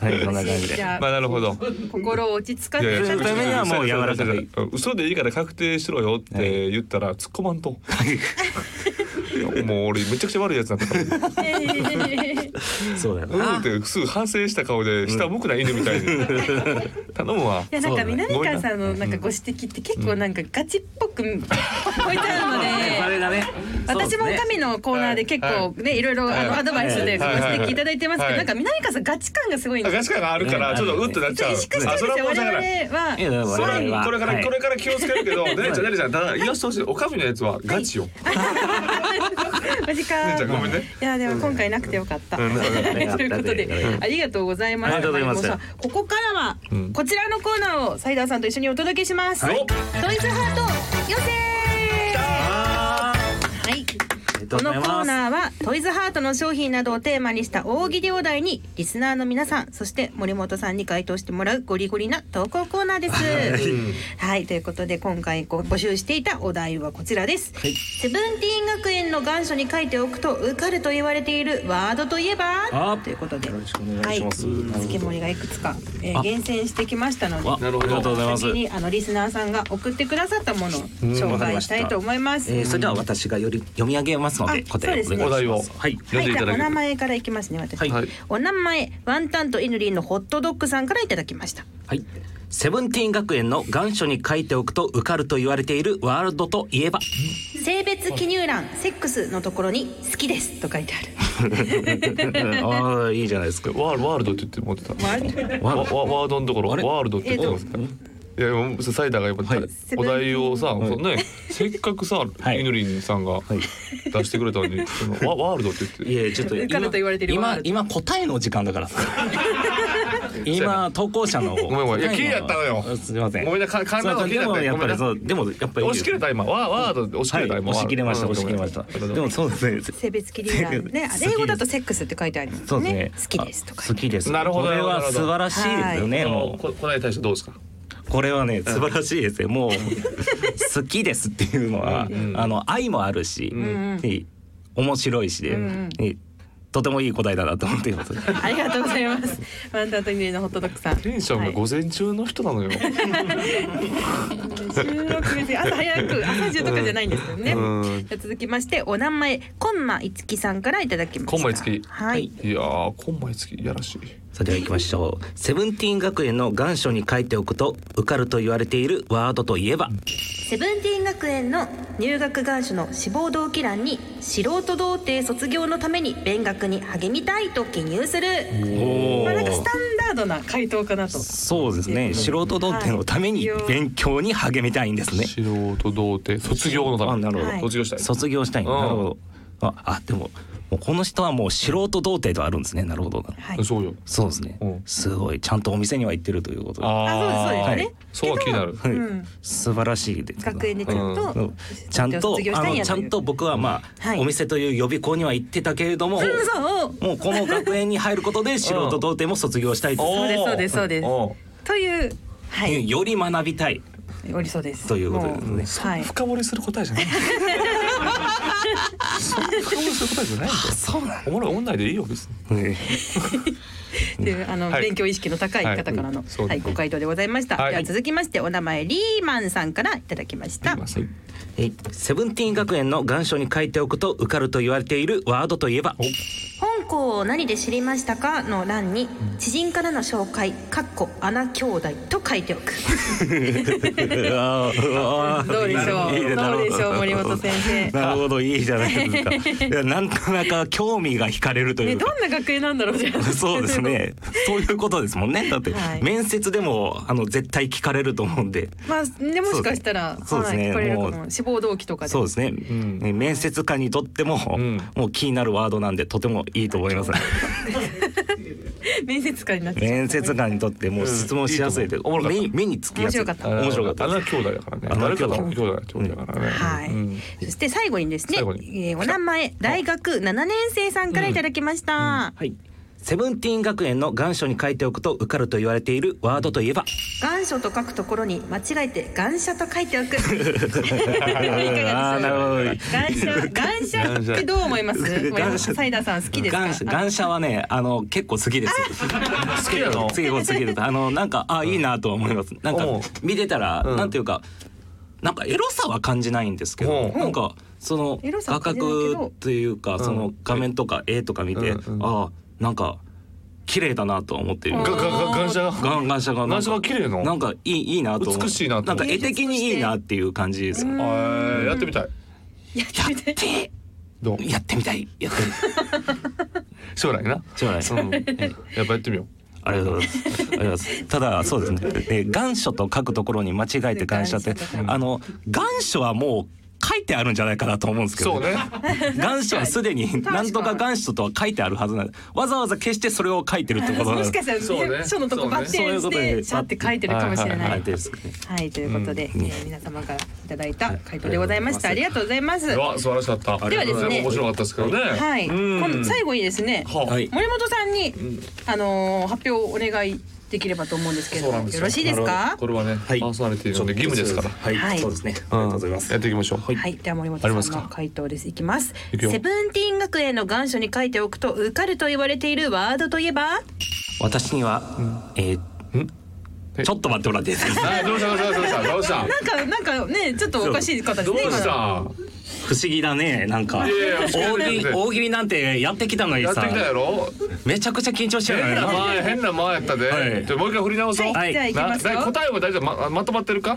[SPEAKER 5] はい、そんな感じ
[SPEAKER 4] じ
[SPEAKER 5] で。
[SPEAKER 4] ゃ
[SPEAKER 2] ま
[SPEAKER 4] あ
[SPEAKER 2] あなるほ
[SPEAKER 4] [laughs]
[SPEAKER 2] ど
[SPEAKER 4] 心を落ち着か
[SPEAKER 2] いやい
[SPEAKER 4] せ
[SPEAKER 2] や
[SPEAKER 4] る
[SPEAKER 5] そのためにはもう柔らかい
[SPEAKER 2] うん嘘でいいから確定しろよって言ったら突っ込まんと、いや [laughs] もう俺めちゃくちゃ悪いやつなんだから
[SPEAKER 4] [laughs]
[SPEAKER 5] そうだよ
[SPEAKER 2] うん
[SPEAKER 5] な。
[SPEAKER 2] ってすぐ反省した顔で下向くな犬み
[SPEAKER 5] [laughs]
[SPEAKER 2] たいに、頼むわ
[SPEAKER 4] いやなんか南川さんの
[SPEAKER 2] ごめん
[SPEAKER 4] なんかご指摘って結構なんかガチっぽく置いてあ
[SPEAKER 5] あ
[SPEAKER 4] るので
[SPEAKER 5] れだね。
[SPEAKER 4] 私も神のコーナーで結構ねいろいろあ
[SPEAKER 2] は
[SPEAKER 4] の
[SPEAKER 2] い
[SPEAKER 4] アドバイスというか
[SPEAKER 2] は
[SPEAKER 4] ご
[SPEAKER 2] いはい
[SPEAKER 4] 指摘いただいてますけ
[SPEAKER 2] は
[SPEAKER 4] ど
[SPEAKER 2] い
[SPEAKER 4] なんか南川さんガチ感がすごいん
[SPEAKER 2] あ
[SPEAKER 4] です
[SPEAKER 2] ガチ感
[SPEAKER 4] よ
[SPEAKER 2] があるからちょっとうってなっちゃう、
[SPEAKER 4] 萎縮してるん
[SPEAKER 2] あ
[SPEAKER 4] です
[SPEAKER 2] それは
[SPEAKER 4] よ
[SPEAKER 2] もうだ
[SPEAKER 4] 我
[SPEAKER 2] から
[SPEAKER 4] 々は
[SPEAKER 5] そうですね。いや、
[SPEAKER 2] それ
[SPEAKER 5] 我々は。
[SPEAKER 2] これから、
[SPEAKER 5] はい
[SPEAKER 2] これから気をつけるけど、ねねちゃんねねちゃん、ただ、癒してほしい、おかみのやつはガチよ。ね
[SPEAKER 4] お時間
[SPEAKER 2] ちゃん、ごめんね。
[SPEAKER 4] いやでも今回なくてよかった。
[SPEAKER 2] うん
[SPEAKER 4] ということでありがとうございま
[SPEAKER 5] あ
[SPEAKER 4] す。
[SPEAKER 5] りがとうございます
[SPEAKER 4] さんここからは
[SPEAKER 2] うん
[SPEAKER 4] こちらのコーナーをサイダーさんと一緒にお届けします。
[SPEAKER 2] はい
[SPEAKER 4] トイズハート予選。
[SPEAKER 5] あとう
[SPEAKER 4] この
[SPEAKER 5] ござい
[SPEAKER 4] コ
[SPEAKER 5] ま
[SPEAKER 4] ー
[SPEAKER 5] す。
[SPEAKER 4] ナーはトイズハートの商品などをテーマにした大喜利お題にリスナーの皆さんそして森本さんに回答してもらうゴリゴリな投稿コーナーです。はいということで今回ご募集していたお題はこちらです。セブンティーン学園の願書に書いておくと受かると言われているワードといえば
[SPEAKER 5] あ
[SPEAKER 4] ということで。
[SPEAKER 5] よろしくお願いします。
[SPEAKER 4] はい、月森がいくつか、えー
[SPEAKER 5] あ
[SPEAKER 4] 厳選してきましたので
[SPEAKER 5] わありがとうございます。
[SPEAKER 4] 次にあのリスナーさんが送ってくださったものを紹介したいと思います。
[SPEAKER 5] えー、それでは私がより読み上げますので
[SPEAKER 4] あ
[SPEAKER 5] 答え
[SPEAKER 4] そ
[SPEAKER 5] をお願いします。
[SPEAKER 4] うですね
[SPEAKER 2] お題を
[SPEAKER 5] はい。
[SPEAKER 4] は
[SPEAKER 2] 読ん
[SPEAKER 4] い、
[SPEAKER 2] でい
[SPEAKER 4] じゃ
[SPEAKER 2] た
[SPEAKER 4] あ
[SPEAKER 2] だ
[SPEAKER 4] お
[SPEAKER 2] け
[SPEAKER 4] 名
[SPEAKER 2] る。
[SPEAKER 4] 前からいきますね私、
[SPEAKER 5] はい
[SPEAKER 2] はい
[SPEAKER 4] お名前ワンタンとイヌリンのホットドッグさんからいただきました
[SPEAKER 5] はい。セブンティーン学園の願書に書いておくと受かると言われているワールドと [laughs] いえば。
[SPEAKER 4] 性別記入欄セックスのところに好きですと書いてある
[SPEAKER 5] ああいいじゃないですか。
[SPEAKER 2] ワールワールドって言って持ってた。
[SPEAKER 4] ワール
[SPEAKER 2] ワワワードのところワ
[SPEAKER 5] あれ
[SPEAKER 2] ールドって言ってますから。いやもうサイダーが今、お題をさ、そうねせっかくさ、
[SPEAKER 5] はい
[SPEAKER 2] イヌリンさんが出してくれたのに、そ
[SPEAKER 5] [laughs]
[SPEAKER 2] のワワールドって
[SPEAKER 5] い
[SPEAKER 2] 言って。
[SPEAKER 5] やちょっと
[SPEAKER 4] [laughs] 受かると言われているワー
[SPEAKER 5] 今
[SPEAKER 4] ルド
[SPEAKER 5] 今答えの時間
[SPEAKER 2] [laughs]
[SPEAKER 5] だから。今投稿者のご
[SPEAKER 2] めんごめんいやキーやったのよ
[SPEAKER 5] すみません。
[SPEAKER 2] ごめんなか勘が
[SPEAKER 5] そう
[SPEAKER 2] キー
[SPEAKER 5] で
[SPEAKER 2] だった
[SPEAKER 5] もやっぱり
[SPEAKER 2] ご
[SPEAKER 5] そうでもやっぱり
[SPEAKER 2] 押し切れた今ワワードで押し切
[SPEAKER 5] は
[SPEAKER 2] れ
[SPEAKER 5] い
[SPEAKER 2] た今。
[SPEAKER 5] 押し切れました
[SPEAKER 2] ワ
[SPEAKER 5] 押し
[SPEAKER 2] ー
[SPEAKER 5] 切
[SPEAKER 2] ル
[SPEAKER 5] れ
[SPEAKER 2] ド
[SPEAKER 5] ました。でもそうですね。
[SPEAKER 4] 性別記入欄ねあれ英語だとセックスって書いてありますね
[SPEAKER 5] そうですね。
[SPEAKER 4] 好きですとか
[SPEAKER 5] あ好きです。
[SPEAKER 2] なるほど
[SPEAKER 5] これは素晴らしいですよね。
[SPEAKER 2] あの
[SPEAKER 5] も
[SPEAKER 2] ここれに対してどうですか。
[SPEAKER 5] うこれはね素晴らしいですね。もう [laughs] 好きですっていうのは
[SPEAKER 2] うん
[SPEAKER 5] あの愛もあるし、ね面白いしで、ねとてもいい答えだなと思っています。
[SPEAKER 4] ありがとうございますワンタンとイヌリンのホットドッグさん
[SPEAKER 2] テンションが午前中の人なのよ。
[SPEAKER 4] 収録別に朝早く朝中とかじゃないんですよね
[SPEAKER 2] うん
[SPEAKER 4] じゃあ続きましてお名前コンマいつきさんからいただきました
[SPEAKER 2] コンマいつき
[SPEAKER 4] はい
[SPEAKER 2] いやー今枚付きやらしい。
[SPEAKER 5] それでは行きましょう。セブンティーン学園の願書に書いておくと受かると言われているワードといえば。
[SPEAKER 4] セブンティーン学園の入学願書の志望動機欄に素人童貞卒業のために勉学に励みたいと記入する
[SPEAKER 5] お
[SPEAKER 4] まあなんかスタンダードな回答かなと
[SPEAKER 5] そうですね。素人童貞のために勉強に励みたいんですね。
[SPEAKER 2] 素人童貞卒業のため。
[SPEAKER 5] あなるほど
[SPEAKER 4] はい
[SPEAKER 2] 卒業したい。
[SPEAKER 5] 卒業したいんだ
[SPEAKER 2] うん
[SPEAKER 5] なるほどああでももうこの人はもう素人童貞とあるんですねなるほど
[SPEAKER 4] はい
[SPEAKER 2] そうよ。
[SPEAKER 5] そうですね、
[SPEAKER 2] うん
[SPEAKER 5] すごいちゃんとお店には行ってるということで、
[SPEAKER 2] あ
[SPEAKER 4] あそう
[SPEAKER 2] ー
[SPEAKER 4] ですそうですね
[SPEAKER 2] はいそうは気になる。
[SPEAKER 5] はい
[SPEAKER 4] うん
[SPEAKER 5] 素晴らしいです
[SPEAKER 4] 学園でちゃんと、
[SPEAKER 5] うんちゃんと
[SPEAKER 4] 卒業し
[SPEAKER 5] あ
[SPEAKER 4] たん
[SPEAKER 5] の
[SPEAKER 4] や
[SPEAKER 5] ちゃんと
[SPEAKER 4] という
[SPEAKER 5] 僕はまあ、
[SPEAKER 4] はい
[SPEAKER 5] お店という予備校には行ってたけれども、
[SPEAKER 4] うんそう
[SPEAKER 5] もうこの学園に入ることで素人童貞も卒業したいと
[SPEAKER 4] そうですそうですそうです
[SPEAKER 2] おー
[SPEAKER 4] というはい
[SPEAKER 5] より学びたい
[SPEAKER 4] おりそうです
[SPEAKER 5] ということですね
[SPEAKER 4] もはい
[SPEAKER 2] 深掘りする答えじゃない。そんな深掘りする答えじゃないんだよ。
[SPEAKER 5] そうな
[SPEAKER 2] おもろい女でいいよ別に。
[SPEAKER 5] の、ね
[SPEAKER 4] っていうあの、
[SPEAKER 2] はい
[SPEAKER 4] 勉強意識の高い方からの、
[SPEAKER 2] はい
[SPEAKER 4] は
[SPEAKER 2] そ
[SPEAKER 4] いう
[SPEAKER 2] ですね
[SPEAKER 4] ご回答でございました、
[SPEAKER 2] はい
[SPEAKER 4] では続きましてお名前リーマンさんからいただきました
[SPEAKER 5] えセブンティーン学園の願書に書いておくと受かると言われているワードといえば
[SPEAKER 4] 本校を何で知りましたかの欄に知人からの紹介かっこ穴兄弟と書いておくどうでしょう
[SPEAKER 5] ど
[SPEAKER 4] どうでしょう森本先生
[SPEAKER 5] なるほどいいじゃないですか。いやなんとなか興味が惹かれるとい
[SPEAKER 4] ね
[SPEAKER 5] うか。
[SPEAKER 4] どんな学園なんだろうじゃあ
[SPEAKER 5] [laughs] そうですね。そういうことですもんね。だって、
[SPEAKER 4] はい
[SPEAKER 5] 面接でもあの絶対聞かれると思うんで。
[SPEAKER 4] [laughs] まあねもしかしたら、
[SPEAKER 5] そうですね
[SPEAKER 4] はい、聞かれるか
[SPEAKER 5] も
[SPEAKER 4] も志望動機とかで
[SPEAKER 5] そうですね。
[SPEAKER 2] ん
[SPEAKER 5] ね面接官にとっても、
[SPEAKER 2] ん
[SPEAKER 5] もう気になるワードなんでとてもいいと思います。
[SPEAKER 4] 面接官になってしまう
[SPEAKER 5] 面接官にとってもう質問しやすいで、
[SPEAKER 2] うんいいと思うおもろかった
[SPEAKER 5] 目に目につきやすい。
[SPEAKER 4] 面白かった
[SPEAKER 5] 面白かった
[SPEAKER 2] あ
[SPEAKER 5] で
[SPEAKER 2] の
[SPEAKER 5] す。
[SPEAKER 2] 兄弟だからね。
[SPEAKER 5] あの
[SPEAKER 2] 誰
[SPEAKER 5] 兄
[SPEAKER 2] か
[SPEAKER 5] 弟
[SPEAKER 2] の兄弟ってことだからね。
[SPEAKER 4] はい、
[SPEAKER 2] うん
[SPEAKER 4] そして最後にですね
[SPEAKER 2] 最後に
[SPEAKER 4] えーお名前大学七年生さんからいただきました、
[SPEAKER 5] はい。セブンティーン学園の願書に書いておくと受かると言われているワードといえば。
[SPEAKER 4] 願書と書くところに間違えて願書と書いて
[SPEAKER 5] [laughs]
[SPEAKER 4] おく。
[SPEAKER 5] あーなるほど
[SPEAKER 4] 願書願書ってどう思います？
[SPEAKER 5] 願書
[SPEAKER 4] サイダーさん好きです
[SPEAKER 5] ガンシャ
[SPEAKER 4] か？
[SPEAKER 5] ガンシャはね、あの結構好きです。好き
[SPEAKER 2] なの
[SPEAKER 5] 好きです好きです。あのなんかあいいなとは思います。なんか
[SPEAKER 2] おう
[SPEAKER 5] 見てたら、
[SPEAKER 2] うん
[SPEAKER 5] なんていうか。なんかエロさは感じないんですけ
[SPEAKER 2] お
[SPEAKER 5] ど、
[SPEAKER 2] う
[SPEAKER 5] なんかその
[SPEAKER 4] エロさは感
[SPEAKER 5] 画
[SPEAKER 4] じないけど
[SPEAKER 5] 角というか、その画面とか絵とか見て、
[SPEAKER 2] うんうん
[SPEAKER 5] ああなんか綺麗だなとは思ってる。
[SPEAKER 2] ガガガガンシャが
[SPEAKER 5] ガンガンシャがなんか
[SPEAKER 2] ガンシャが綺麗の
[SPEAKER 5] なんかいいいいなと思う
[SPEAKER 2] 美しいなと
[SPEAKER 5] なん
[SPEAKER 2] 思う
[SPEAKER 5] か絵的にいいなっていう感じですよ。や
[SPEAKER 2] あーやってみたい。
[SPEAKER 5] って
[SPEAKER 2] どう
[SPEAKER 5] やってみたいやってみたい。
[SPEAKER 2] 将来な。
[SPEAKER 5] 将
[SPEAKER 2] [laughs]
[SPEAKER 5] 来
[SPEAKER 2] うん。やっぱやってみよう。
[SPEAKER 5] ありがとうございます。ありがとうございます。ただそうですね。え願書と書くところに間違えて願書って
[SPEAKER 4] 願書と書く、
[SPEAKER 5] あの願書はもう書いてあるんじゃないかなと思うんですけど、
[SPEAKER 2] そうね。
[SPEAKER 5] 願書はすでに
[SPEAKER 4] かに
[SPEAKER 5] 何とか願書とは書いてあるはずなんでわざわざ消してそれを書いてるってことな
[SPEAKER 4] も
[SPEAKER 5] んで
[SPEAKER 4] し
[SPEAKER 5] す
[SPEAKER 4] かした
[SPEAKER 2] そう
[SPEAKER 4] ら
[SPEAKER 2] ね
[SPEAKER 4] ね書のとこバッ
[SPEAKER 5] そう
[SPEAKER 4] テ
[SPEAKER 5] い
[SPEAKER 4] ン
[SPEAKER 5] う
[SPEAKER 4] して
[SPEAKER 5] ことで
[SPEAKER 4] シャって書いてるかもしれ
[SPEAKER 5] はは
[SPEAKER 4] な
[SPEAKER 5] はいですね
[SPEAKER 4] はいということで、えー皆様からいただいた回答でございました、
[SPEAKER 5] はい
[SPEAKER 4] ありがとうございます
[SPEAKER 2] いや素晴らしかった。
[SPEAKER 4] ではですね
[SPEAKER 2] 面白かったですけどね。
[SPEAKER 4] はい、今度最後にですね、
[SPEAKER 2] はあ
[SPEAKER 5] はい
[SPEAKER 4] 森本さんに、あのー発表をお願いできればと思うんですけれ
[SPEAKER 2] そう
[SPEAKER 4] ど
[SPEAKER 2] なん
[SPEAKER 4] も
[SPEAKER 2] です
[SPEAKER 4] よ
[SPEAKER 2] よ
[SPEAKER 4] ろしいですか
[SPEAKER 2] これはね、パーソナリティのね義務ですから。
[SPEAKER 5] はい、
[SPEAKER 4] はい
[SPEAKER 5] そうですねありがとうございます
[SPEAKER 2] やっていきましょう。
[SPEAKER 4] はい、では森
[SPEAKER 2] ありま
[SPEAKER 4] 本
[SPEAKER 2] す
[SPEAKER 4] さん
[SPEAKER 2] か
[SPEAKER 4] の回答です。いきます。
[SPEAKER 2] いくよ
[SPEAKER 4] セブンティーン学園の願書に書いておくと受かると言われているワードといえば、
[SPEAKER 5] 私には、えー
[SPEAKER 2] え
[SPEAKER 5] ちょっと待ってもらっていいですか
[SPEAKER 2] はいどうしたどうしたどうした
[SPEAKER 4] なんかなんかねちょっとおかしい方です
[SPEAKER 2] どう
[SPEAKER 4] ね。
[SPEAKER 2] したどうし
[SPEAKER 4] 今の
[SPEAKER 2] た。
[SPEAKER 5] 不思議だねなんか
[SPEAKER 2] いやいや
[SPEAKER 5] 大
[SPEAKER 2] 不思議だ
[SPEAKER 5] 喜
[SPEAKER 2] よ
[SPEAKER 5] 利大喜利なんてやってきたのに
[SPEAKER 2] やって
[SPEAKER 5] さ
[SPEAKER 2] きたやろ。
[SPEAKER 5] めちゃくちゃ緊張してるの
[SPEAKER 2] 変
[SPEAKER 5] に
[SPEAKER 2] な
[SPEAKER 5] な
[SPEAKER 2] 前変な前やった
[SPEAKER 5] はい
[SPEAKER 2] で。じゃあもう一回振り直そう。
[SPEAKER 5] は
[SPEAKER 4] じゃあ
[SPEAKER 5] い
[SPEAKER 4] 行きます
[SPEAKER 2] なな
[SPEAKER 4] よ。
[SPEAKER 2] 答えは大丈夫ままとまってるか。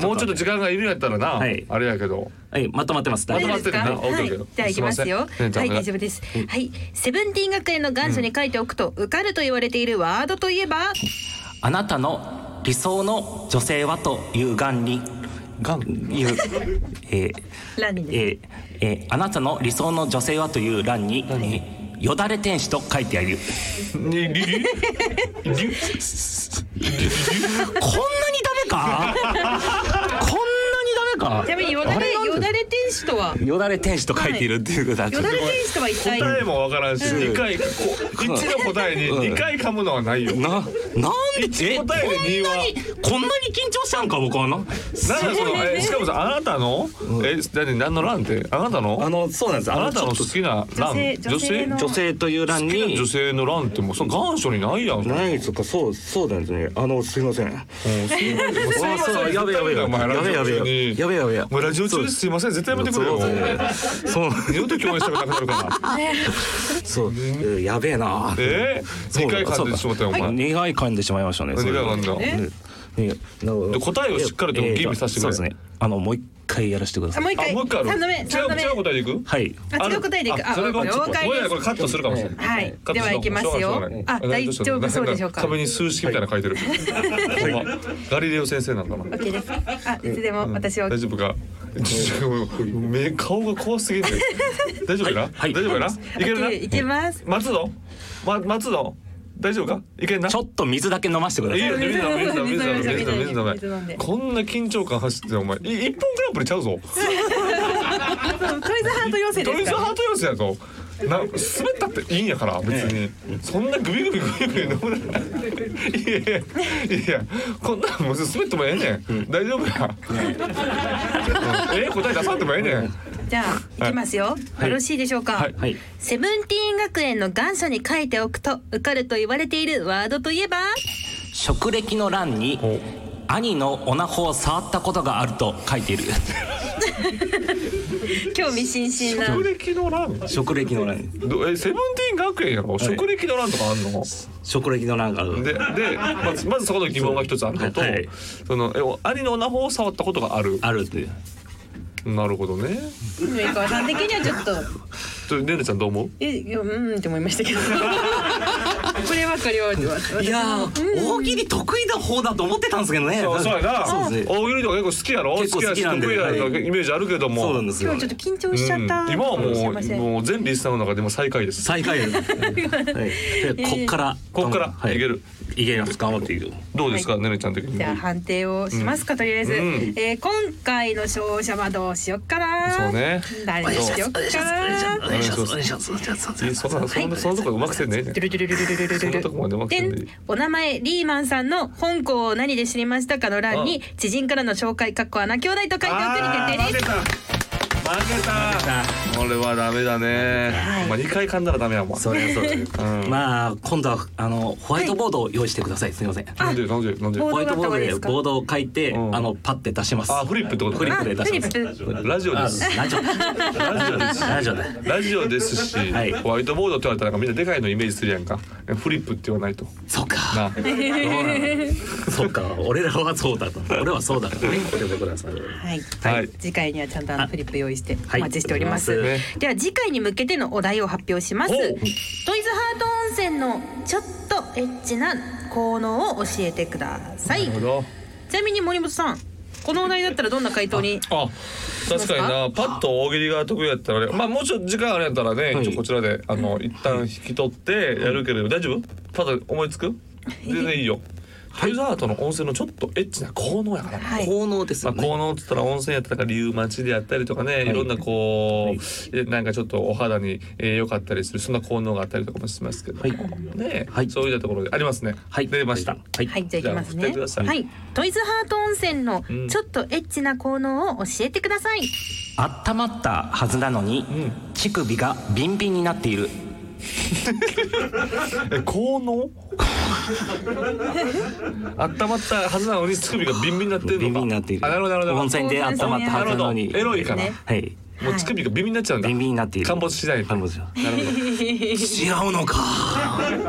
[SPEAKER 2] もうちょっと時間がいるんやったらな
[SPEAKER 5] はい。
[SPEAKER 2] あれやけど。
[SPEAKER 5] はいまとまってます
[SPEAKER 2] ま
[SPEAKER 5] 大
[SPEAKER 2] と
[SPEAKER 5] 丈
[SPEAKER 2] ま
[SPEAKER 5] 夫
[SPEAKER 2] ってるな。オッ
[SPEAKER 5] です
[SPEAKER 2] ケーオッケ
[SPEAKER 4] はい、
[SPEAKER 2] ー
[SPEAKER 4] じゃあ行きますよ。
[SPEAKER 2] すいません
[SPEAKER 4] はい、大丈夫
[SPEAKER 2] ね
[SPEAKER 4] です。はい、セブンティーン学園の願書に書いておくと受かると言われているワードといえば、
[SPEAKER 5] あなたの理想の女性はというがんにがんいうえー
[SPEAKER 4] ランニングです。
[SPEAKER 5] えーえーあなたの理想の女性はという欄に、えーよだれ天使と書いてある。
[SPEAKER 2] ねリリ
[SPEAKER 4] [laughs]
[SPEAKER 5] こんなにダメか。こんなにダ
[SPEAKER 4] ち
[SPEAKER 5] メ
[SPEAKER 4] な
[SPEAKER 5] か。
[SPEAKER 4] みによだれよだれ天使とは
[SPEAKER 5] よだれ天使と書いているっていうことは
[SPEAKER 4] よだれ天使とは一体
[SPEAKER 2] 答えもわからんし、二回こ一の答えに二回噛むのはないよ。
[SPEAKER 5] な、なんで、え、こんな
[SPEAKER 2] 答えで二は。
[SPEAKER 5] に、こんなに緊張したんか、僕はな。
[SPEAKER 2] なんかそのえしかもさあなたのえ何何の欄ってあなたの
[SPEAKER 5] あの、そうなんです。
[SPEAKER 2] あなたの好きな欄
[SPEAKER 4] 性女性の
[SPEAKER 5] 女性という欄
[SPEAKER 2] 好きな
[SPEAKER 5] に
[SPEAKER 2] 女。性の欄ってもうその願書にないやん。
[SPEAKER 5] ないとか、そう、そうなんですね。あの、すいません。あ、
[SPEAKER 2] そう
[SPEAKER 5] やべやべや
[SPEAKER 2] お
[SPEAKER 5] べ
[SPEAKER 2] 前
[SPEAKER 5] やべやべ
[SPEAKER 2] ラ
[SPEAKER 5] や
[SPEAKER 2] ジオ中に
[SPEAKER 5] べやべやべやべ。
[SPEAKER 2] もうラジオ中ですすいません絶対やめてくれよ。
[SPEAKER 5] そう、
[SPEAKER 2] 二度と共演したくなくなるから。
[SPEAKER 5] そう、うんやべえな。
[SPEAKER 2] え
[SPEAKER 5] そう
[SPEAKER 2] 二回噛んでしまったよお前。
[SPEAKER 5] 二回噛んでしまいましたね。
[SPEAKER 2] 二回噛んだ。
[SPEAKER 5] ねな
[SPEAKER 2] 答えをしっかりと
[SPEAKER 5] えー
[SPEAKER 2] 吟味させてくれ
[SPEAKER 5] そうですね。あのもう一回やらせてくだ
[SPEAKER 4] あ
[SPEAKER 5] さい。
[SPEAKER 4] もう一
[SPEAKER 2] あ
[SPEAKER 4] 回
[SPEAKER 2] もう一回ある。
[SPEAKER 4] 三度目三度目
[SPEAKER 2] 違う違う答えでいく。
[SPEAKER 5] はい。
[SPEAKER 4] あ違う答えでいく
[SPEAKER 2] あそれが
[SPEAKER 4] 了
[SPEAKER 2] ちょっと
[SPEAKER 4] 解
[SPEAKER 2] もうや
[SPEAKER 4] です
[SPEAKER 2] これカットするかもしれない。
[SPEAKER 4] はい
[SPEAKER 2] カット
[SPEAKER 4] では
[SPEAKER 2] する
[SPEAKER 4] 行きますよ
[SPEAKER 2] しょうがない
[SPEAKER 4] あ大丈夫そうでしょうか
[SPEAKER 2] 壁に数式みたいなの書いてる。ほんまガリレオ先生なんかな。
[SPEAKER 4] オッケーです。あ、いつでも私を
[SPEAKER 2] 大丈夫か。目顔が怖すぎる。大丈夫かな。
[SPEAKER 5] はい
[SPEAKER 2] 大丈夫かな。いけるな。
[SPEAKER 4] いけます。
[SPEAKER 2] 待つぞ。ま待つぞ。大丈夫か。いけるな。
[SPEAKER 5] ちょっと水だけ飲ませてくだ
[SPEAKER 2] い
[SPEAKER 5] さ
[SPEAKER 2] い
[SPEAKER 5] い。
[SPEAKER 2] よ水飲め水飲め水飲め水飲め水飲め
[SPEAKER 4] 水飲んで
[SPEAKER 2] こんな緊張感走ってお前い一本グランプリちゃうぞ
[SPEAKER 4] そうトイズハート要請
[SPEAKER 2] ド
[SPEAKER 4] で
[SPEAKER 2] イ
[SPEAKER 4] す
[SPEAKER 2] ツ
[SPEAKER 4] か
[SPEAKER 2] ハート要請やぞな滑ったっていいんやから別にそんなグビグビグビグビ飲むないやいやいやこんなんもう滑ってもええねん大丈夫やうんええ答え出さんでもええねん
[SPEAKER 4] ら。じゃあ行きますよ。よろしいでしょうか
[SPEAKER 2] はい。
[SPEAKER 5] はい。
[SPEAKER 4] セブンティーン学園の願書に書いておくと受かると言われているワードといえば、
[SPEAKER 5] 職歴の欄に兄のオナホを触ったことがあると書いている。
[SPEAKER 2] [laughs]
[SPEAKER 4] 興味津々な
[SPEAKER 2] 職歴の欄
[SPEAKER 5] 職歴の欄。
[SPEAKER 2] どえセブンティーン学園やろ職歴の欄とかあんの
[SPEAKER 5] 職歴の欄がある。
[SPEAKER 2] ででまずまずそこの疑問が一つあるのと、
[SPEAKER 5] はい
[SPEAKER 2] そのえお兄の女方を触ったことがある
[SPEAKER 5] あるっていう。
[SPEAKER 2] なるほどね
[SPEAKER 4] 上川さん的にはちょっと
[SPEAKER 2] ちょねねちゃんどう思う
[SPEAKER 4] えいやうーんって思いまし
[SPEAKER 2] [laughs]
[SPEAKER 4] たけど。これはこれは。
[SPEAKER 5] いやー、大喜利得意な方だと思ってたんですけどね。
[SPEAKER 2] そうそうやな
[SPEAKER 5] そうですね
[SPEAKER 2] 大喜利とか結構好きやろ
[SPEAKER 5] 結構好き
[SPEAKER 2] や
[SPEAKER 5] な
[SPEAKER 2] し
[SPEAKER 5] んで
[SPEAKER 2] 得意やとかイメージあるけども
[SPEAKER 5] そうなんです
[SPEAKER 4] 今
[SPEAKER 5] よ
[SPEAKER 4] 日。ちょっと緊張しちゃっ
[SPEAKER 2] うん
[SPEAKER 4] た。
[SPEAKER 2] 今はも
[SPEAKER 4] すいませ
[SPEAKER 2] うんもう全リスナーの中でも最下位です
[SPEAKER 5] 最下位です。はい。でこっから。
[SPEAKER 2] こっから
[SPEAKER 5] はい
[SPEAKER 2] ける。
[SPEAKER 5] いけます。頑張っていく。
[SPEAKER 2] どうですか、ねねちゃん的に
[SPEAKER 4] じゃあ判定をしますか、とりあえず、
[SPEAKER 2] うん
[SPEAKER 4] えー今回の勝者はどうしよっかな
[SPEAKER 2] そうね
[SPEAKER 4] 誰にしよっかな
[SPEAKER 2] 願いしますお願いしますいいそんなそんなそんなとこうまくせんねえねん
[SPEAKER 4] ドゥルドゥルドゥルドゥルド
[SPEAKER 2] そん
[SPEAKER 4] ゥ
[SPEAKER 2] な
[SPEAKER 4] ル
[SPEAKER 2] とこまでうまく
[SPEAKER 4] で
[SPEAKER 2] せんでいい
[SPEAKER 4] お名前リーマンさんの本校を何で知りましたかの欄に知人からの紹介かっこ穴兄弟と書いておくに決定です
[SPEAKER 2] た負けたこれはダメだね、まあ二回噛んだらダメやもん
[SPEAKER 5] そうですそうです。
[SPEAKER 2] うん
[SPEAKER 5] まあ今度はあのホワイトボードを用意してください。すみません。
[SPEAKER 2] なんでなんでなんで
[SPEAKER 4] ボ
[SPEAKER 5] ホ
[SPEAKER 4] ー
[SPEAKER 5] ワイ
[SPEAKER 4] ド
[SPEAKER 5] トボード
[SPEAKER 4] があった方がいいで
[SPEAKER 5] です
[SPEAKER 4] か
[SPEAKER 5] ボードを書いて、
[SPEAKER 2] うん
[SPEAKER 5] あのパッて出します。
[SPEAKER 2] あフリップってこと
[SPEAKER 5] フリ
[SPEAKER 2] ね
[SPEAKER 5] ップで出しま
[SPEAKER 4] あフリ
[SPEAKER 5] す。
[SPEAKER 2] ラジオで
[SPEAKER 5] あ
[SPEAKER 2] す
[SPEAKER 5] ラジオ
[SPEAKER 2] ラジオです
[SPEAKER 5] ラジオだ。
[SPEAKER 2] ラジオですし、
[SPEAKER 5] はい
[SPEAKER 2] ホワイトボードって言われたらなんかみんなでかいのイメージするやんかフリップって言わないと
[SPEAKER 5] そう
[SPEAKER 2] な
[SPEAKER 5] か。そうか。俺らはそうだと。俺はそうだからね。ということなんですね
[SPEAKER 4] はい、
[SPEAKER 2] はい
[SPEAKER 4] 次回にはちゃんとあのフリップ用意してお
[SPEAKER 5] はい
[SPEAKER 4] 待ちしております、
[SPEAKER 5] お
[SPEAKER 2] 願いしま
[SPEAKER 4] では次回に向けてのお題を発表します
[SPEAKER 2] おう
[SPEAKER 4] トイズハート温泉のちょっとエッチな効能を教えてください
[SPEAKER 2] なるほど
[SPEAKER 4] ちなみに森本さんこのお題だったらどんな回答に
[SPEAKER 2] あ確かになパッと大喜利が得意やったらねまあもうちょっと時間あるんやったらね、
[SPEAKER 5] はい
[SPEAKER 2] 一応こちらであの一旦引き取ってやるけれど大丈夫パッと思いつく全然いいよ。トイザートの温泉のちょっとエッチな効能やから。
[SPEAKER 4] はい
[SPEAKER 5] 効能です
[SPEAKER 2] まあ、
[SPEAKER 5] よね、
[SPEAKER 2] 効能って言ったら温泉やったら理由待ちであったりとかね、い、ろんなこう、えなんかちょっとお肌にえー良かったりするそんな効能があったりとかもしますけど、
[SPEAKER 5] はい
[SPEAKER 2] ね、
[SPEAKER 5] はい
[SPEAKER 2] そういったところでありますね、
[SPEAKER 5] はい
[SPEAKER 2] 出ました、
[SPEAKER 5] はい、
[SPEAKER 4] はいじゃあいきます
[SPEAKER 2] じゃあ振っ
[SPEAKER 4] ね
[SPEAKER 2] てください
[SPEAKER 4] はいトイズハート温泉の
[SPEAKER 2] うん
[SPEAKER 4] ちょっとエッチな効能を教えてください、
[SPEAKER 5] 温まったはずなのに、
[SPEAKER 2] ん
[SPEAKER 5] 乳首がビンビンになっている
[SPEAKER 2] え効 [laughs] 能温まったはずなのに乳首がビンビンになってるのか
[SPEAKER 5] ビンビンになっている
[SPEAKER 2] あなるほどなるほど
[SPEAKER 5] 温泉で温まったはずなのに
[SPEAKER 2] なるほどエロいから
[SPEAKER 5] はい
[SPEAKER 2] もう乳首がビンビンになっちゃうんだ
[SPEAKER 5] ビンビンになっている
[SPEAKER 2] 陥没しない
[SPEAKER 5] 陥没しな
[SPEAKER 2] [laughs]
[SPEAKER 5] い
[SPEAKER 2] なるほど
[SPEAKER 5] 違うのか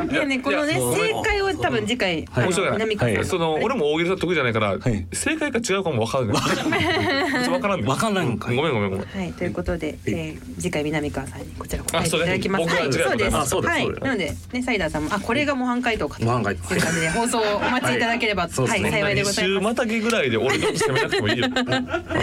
[SPEAKER 4] いやねこのね
[SPEAKER 2] いやもう
[SPEAKER 4] 正解を多分次回、
[SPEAKER 5] はい
[SPEAKER 2] 面白くない
[SPEAKER 4] 南川さん、
[SPEAKER 5] はい
[SPEAKER 2] その俺も大喜利さん得意じゃないから、
[SPEAKER 5] い
[SPEAKER 2] 正解か違うかも分かるね。
[SPEAKER 4] [laughs]
[SPEAKER 2] 分からんね。
[SPEAKER 5] わかんないんかい
[SPEAKER 2] ごめんごめんごめん。
[SPEAKER 4] はい、ということで、えー、次回南川さんにこちら答え
[SPEAKER 2] あ
[SPEAKER 4] てい
[SPEAKER 2] そ
[SPEAKER 4] た
[SPEAKER 2] れ
[SPEAKER 4] だきます。
[SPEAKER 2] 僕は違う
[SPEAKER 4] そうで
[SPEAKER 2] あ
[SPEAKER 4] す。
[SPEAKER 5] そうです
[SPEAKER 4] はい、
[SPEAKER 5] そうです
[SPEAKER 4] なので、ね、サイダーさんも、あ、これが模範解答かと。
[SPEAKER 5] 模範解答
[SPEAKER 4] という感じで、放送をお待ちいただければ、はい、
[SPEAKER 5] そうですね
[SPEAKER 4] 幸いでご
[SPEAKER 2] 二
[SPEAKER 4] ざい
[SPEAKER 2] 週
[SPEAKER 4] ます。
[SPEAKER 2] またぎぐらいで俺ちょっと攻めなくてもいいよ。
[SPEAKER 4] [laughs]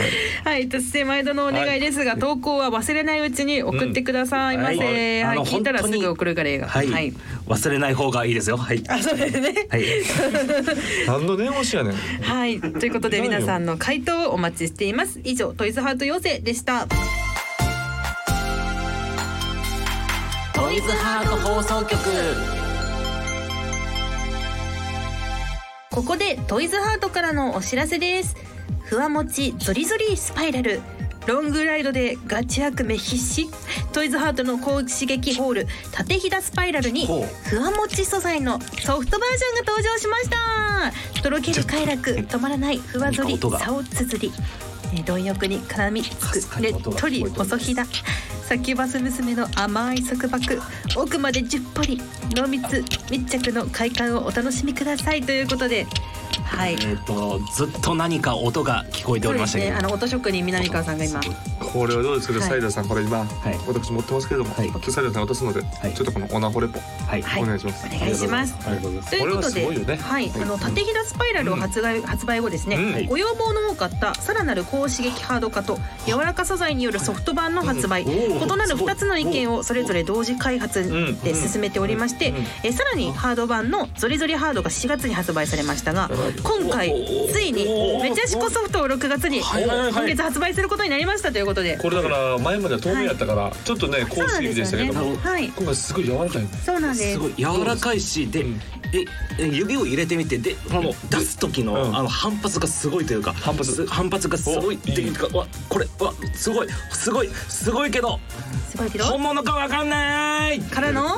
[SPEAKER 4] はい、そして毎度のお願いですが、投稿は忘れないうちに送ってくださいませ。
[SPEAKER 5] うんはい
[SPEAKER 4] は
[SPEAKER 5] あ
[SPEAKER 4] い、
[SPEAKER 5] の
[SPEAKER 4] 聞いたらすぐ送るから映画。
[SPEAKER 5] はい、 [laughs]
[SPEAKER 4] はい。
[SPEAKER 5] 忘れない方がいいですよはい
[SPEAKER 4] あ、そうですね。
[SPEAKER 5] はい
[SPEAKER 2] 何の念押しやねん。
[SPEAKER 4] はい、ということで、皆さんの回答をお待ちしています。以上、トイズハート妖精でした。
[SPEAKER 5] トイズハート放送局
[SPEAKER 4] ここでトイズハートからのお知らせですふわもちゾリゾリスパイラルロングライドでガチ悪め必至トイズハートの高刺激ホール縦ひだスパイラルに
[SPEAKER 5] ほう
[SPEAKER 4] ふわもち素材のソフトバージョンが登場しましたとろける快楽止まらないふわぞり
[SPEAKER 5] 何か音が
[SPEAKER 4] さおつづりえー貪欲に絡みつ
[SPEAKER 5] か
[SPEAKER 4] く
[SPEAKER 5] に
[SPEAKER 4] ね
[SPEAKER 5] 音
[SPEAKER 4] っ
[SPEAKER 5] が
[SPEAKER 4] と
[SPEAKER 5] 聞
[SPEAKER 4] り
[SPEAKER 5] こえております
[SPEAKER 4] 細ひだサキュバス娘の甘い束縛奥までじゅっぽり濃密密着の快感をお楽しみくださいということではい
[SPEAKER 5] えっ、とずっと何か音が聞こえておりましたけ
[SPEAKER 4] そう
[SPEAKER 5] ど、
[SPEAKER 4] ですねあの音職人南川さんが今
[SPEAKER 2] これはどうですけど、
[SPEAKER 4] はい
[SPEAKER 2] サイダーさんこれ今、
[SPEAKER 5] い
[SPEAKER 2] 私持ってますけれども、
[SPEAKER 5] はい
[SPEAKER 2] 今日サイダーさんに渡すので、
[SPEAKER 5] い
[SPEAKER 2] ちょっとこのオナホレポ、
[SPEAKER 5] はい、
[SPEAKER 4] はい
[SPEAKER 2] お願いします。
[SPEAKER 4] お願いします
[SPEAKER 5] ありがとうございます
[SPEAKER 4] という
[SPEAKER 2] こ
[SPEAKER 4] ことで
[SPEAKER 2] れはすごいよね
[SPEAKER 4] はい、あの縦ひだスパイラルを発売,、発売後ですね、
[SPEAKER 2] うん
[SPEAKER 4] ご要望の多かったさらなる高刺激ハード化と柔らか素材によるソフト版の発売、
[SPEAKER 5] うんおー
[SPEAKER 4] 異なる2つの意見をそれぞれ同時開発で進めておりまして、えさらにハード版のゾリゾリハードが4月に発売されましたが今回ついにめちゃしこソフトを6月に
[SPEAKER 2] はいはいはい
[SPEAKER 4] 今月発売することになりましたということで。
[SPEAKER 2] これだから前までは透明やったから、ちょっとね高
[SPEAKER 4] そうなん
[SPEAKER 2] 刺激で
[SPEAKER 4] で
[SPEAKER 2] し
[SPEAKER 4] す
[SPEAKER 2] た
[SPEAKER 4] よ
[SPEAKER 2] け
[SPEAKER 4] ね。
[SPEAKER 2] ども、
[SPEAKER 4] はい、
[SPEAKER 2] 今回すごい柔らかいね。
[SPEAKER 4] そうなんですす
[SPEAKER 5] ご。い柔らかいしで、
[SPEAKER 2] うん
[SPEAKER 5] ええ指を入れてみてであの出す時の、
[SPEAKER 2] うん
[SPEAKER 5] あの反発がすごいというか
[SPEAKER 2] 反発
[SPEAKER 5] す反発がすごいっていうかわこれわすごいすごいすごいけど
[SPEAKER 4] すごいけど
[SPEAKER 5] 本物かわかんない
[SPEAKER 4] からの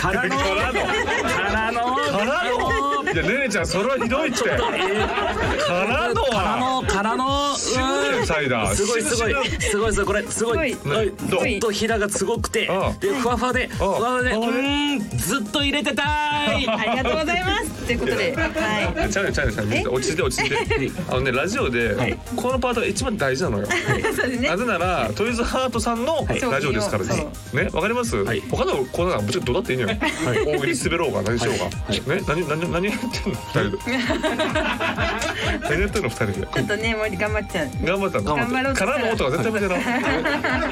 [SPEAKER 5] から
[SPEAKER 2] [laughs] からの
[SPEAKER 5] のからの
[SPEAKER 2] からの。いやねねちゃんそれはひどいって。からの
[SPEAKER 5] から
[SPEAKER 2] は。
[SPEAKER 5] のからのう
[SPEAKER 2] 死ぬ
[SPEAKER 5] ー
[SPEAKER 2] よ
[SPEAKER 5] ん
[SPEAKER 2] サイダー。
[SPEAKER 5] すごいすごい
[SPEAKER 2] 死ぬ
[SPEAKER 5] すごいすごいこれすごい
[SPEAKER 4] す
[SPEAKER 2] ごい
[SPEAKER 5] はい
[SPEAKER 2] どう
[SPEAKER 5] ほんとひらがすごくて
[SPEAKER 2] うん
[SPEAKER 5] でふわふわでふわふわでう
[SPEAKER 2] ふわふわで
[SPEAKER 5] ーんずっと入れてたい
[SPEAKER 4] ありがとうございます。ということで、はい。
[SPEAKER 2] ちゃうよちゃうよちゃうよ落ち着いて落ち着いてあのねラジオで
[SPEAKER 5] はい
[SPEAKER 2] このパートが一番大事なのよ
[SPEAKER 4] そう [laughs] ですね
[SPEAKER 2] な。ぜならトイズハートさんの
[SPEAKER 5] い
[SPEAKER 2] ラジオですから
[SPEAKER 4] そう
[SPEAKER 2] ねねわかります
[SPEAKER 5] い
[SPEAKER 2] 他のコーナーはぶっちゃけどうだっていいのよ大喜利滑ろうが何しようがね何何何やってんの二人
[SPEAKER 4] [laughs]
[SPEAKER 2] で何やってんの二人で
[SPEAKER 4] ちょっとね、もう頑張っちゃう。
[SPEAKER 2] 頑張ったの
[SPEAKER 4] 頑張ろうとし
[SPEAKER 2] か
[SPEAKER 4] た
[SPEAKER 2] ららの音が絶対見てな
[SPEAKER 5] からの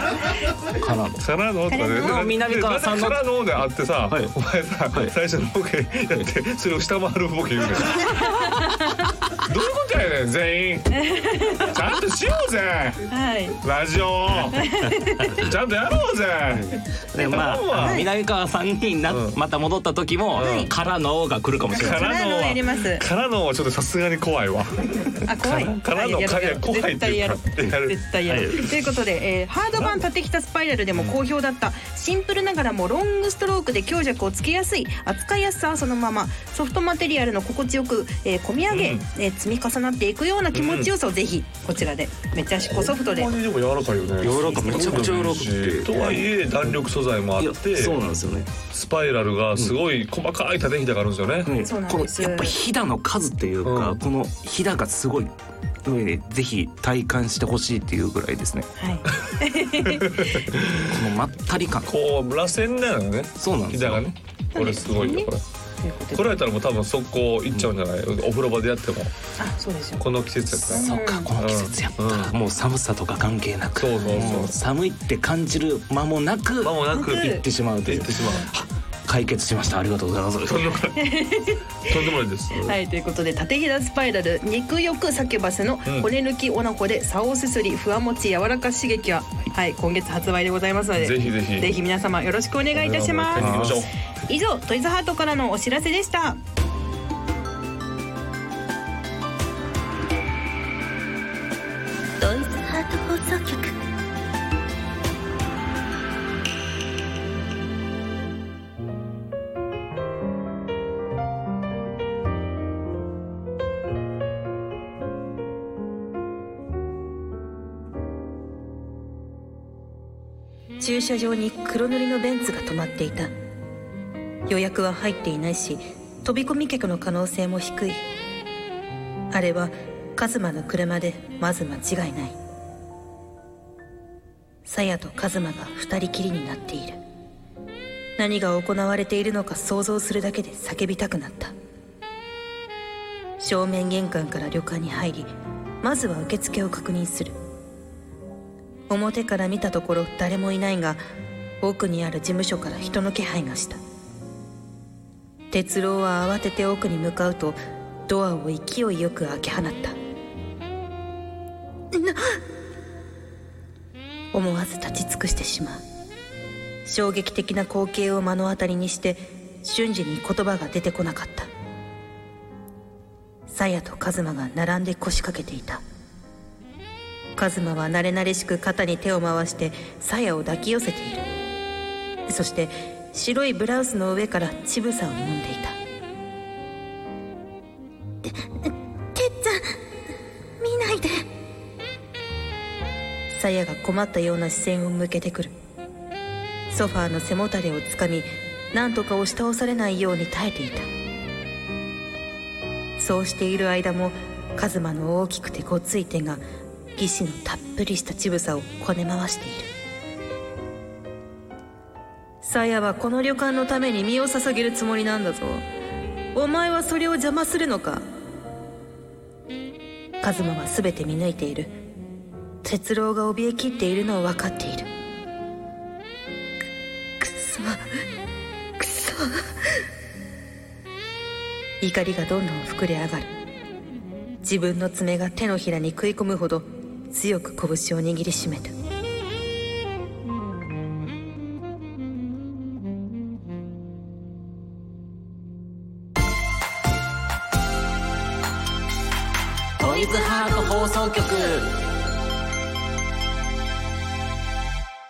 [SPEAKER 2] からの音がね
[SPEAKER 5] の南川さんの
[SPEAKER 2] でからの音であってさ
[SPEAKER 5] はい
[SPEAKER 2] お前さ最初のボケやってそれを下回るボケ言うねんどういうことやねん全員ちゃんとしようぜ
[SPEAKER 4] はい。
[SPEAKER 2] ラジオちゃんとやろうぜ
[SPEAKER 5] でま
[SPEAKER 2] 頼むわ
[SPEAKER 5] あ南川さんにな、
[SPEAKER 2] うん
[SPEAKER 5] また戻った時も「からの」が来るかもしれない。
[SPEAKER 4] からの
[SPEAKER 2] は
[SPEAKER 4] やります
[SPEAKER 2] からのはちょっとさすがに怖いわ
[SPEAKER 4] あ、怖い。
[SPEAKER 2] からの
[SPEAKER 4] はいやろう
[SPEAKER 2] いや怖い
[SPEAKER 4] 絶
[SPEAKER 2] って
[SPEAKER 4] 対
[SPEAKER 2] い
[SPEAKER 4] や
[SPEAKER 2] う
[SPEAKER 4] ろ
[SPEAKER 2] か
[SPEAKER 4] う。
[SPEAKER 2] やる
[SPEAKER 4] 絶対やる、ということで、えーハード版縦きたスパイラルでも好評だったシンプルながらもロングストロークで強弱をつけやすい扱いやすさはそのままソフトマテリアルの心地よく、えー、込み上げ、
[SPEAKER 2] うん
[SPEAKER 4] えー積み重なっていくような気持ちよさをぜひこちらでめちゃしこソフトで
[SPEAKER 2] ほんまにでも柔らかいよね
[SPEAKER 5] 柔らかめちゃくちゃ柔らかくて
[SPEAKER 2] とはいえ弾力素材もあっ
[SPEAKER 5] いや
[SPEAKER 2] て
[SPEAKER 5] そうなんですよね。
[SPEAKER 2] スパイラルがすごい細かい縦ひだがあるんですよね、
[SPEAKER 5] ね
[SPEAKER 4] そうなん
[SPEAKER 5] この
[SPEAKER 4] です
[SPEAKER 5] やっぱひだの数っていうか、
[SPEAKER 2] うん
[SPEAKER 5] このひだがすごい。ねぜひ体感してほしいっていうぐらいですね。
[SPEAKER 4] はい
[SPEAKER 5] このまったり感。
[SPEAKER 2] こう螺旋なのね
[SPEAKER 5] そうなんです
[SPEAKER 2] 膝
[SPEAKER 5] よ
[SPEAKER 2] が。ねこれすごいよこれ
[SPEAKER 7] ということで
[SPEAKER 2] 来られたらもう多分速攻行っちゃうんじゃない、お風呂場でやっても
[SPEAKER 7] あそうですよ
[SPEAKER 2] この季節やった
[SPEAKER 5] そ
[SPEAKER 2] ら
[SPEAKER 5] っかこの季節やったらもう寒さとか関係なく
[SPEAKER 2] そうそうそう
[SPEAKER 5] も寒いって感じる間もなく
[SPEAKER 8] 間もなく
[SPEAKER 5] 行ってしまうという
[SPEAKER 2] 行ってしまう
[SPEAKER 5] は解決しましたありがとうございます
[SPEAKER 8] とんでもないとんでもないです
[SPEAKER 4] はいということで縦ひだスパイラル肉欲叫ばせの骨抜きおなこで竿すすりふわもち柔らか刺激ははい今月発売でございますので
[SPEAKER 2] ぜひぜひ
[SPEAKER 4] ぜひ皆様よろしくお願いいたします
[SPEAKER 2] 行きましょう
[SPEAKER 4] 以上トイズハートからのお知らせでした
[SPEAKER 9] ドイツハート放送局
[SPEAKER 1] 駐車場に黒塗りのベンツが止まっていた予約は入っていないし飛び込み客の可能性も低いあれはカズマの車でまず間違いないサヤとカズマが二人きりになっている何が行われているのか想像するだけで叫びたくなった正面玄関から旅館に入りまずは受付を確認する表から見たところ誰もいないが奥にある事務所から人の気配がした哲郎は慌てて奥に向かうとドアを勢いよく開け放ったな思わず立ち尽くしてしまう衝撃的な光景を目の当たりにして瞬時に言葉が出てこなかったサヤとカズマが並んで腰掛けていたカズマは慣れ慣れしく肩に手を回して鞘を抱き寄せているそして白いブラウスの上から乳房を飲んでいた
[SPEAKER 9] てっちゃん見ないで
[SPEAKER 1] 鞘が困ったような視線を向けてくるソファーの背もたれをつかみ何とか押し倒されないように耐えていたそうしている間もカズマの大きくてごつい手が義士のたっぷりした乳房をこね回しているサヤはこの旅館のために身を捧げるつもりなんだぞお前はそれを邪魔するのかカズマは全て見抜いている哲郎が怯えきっているのを分かっている
[SPEAKER 9] くそくそ
[SPEAKER 1] 怒りがどんどん膨れ上がる自分の爪が手のひらに食い込むほど強く拳を握りしめた
[SPEAKER 5] トイズハート放送局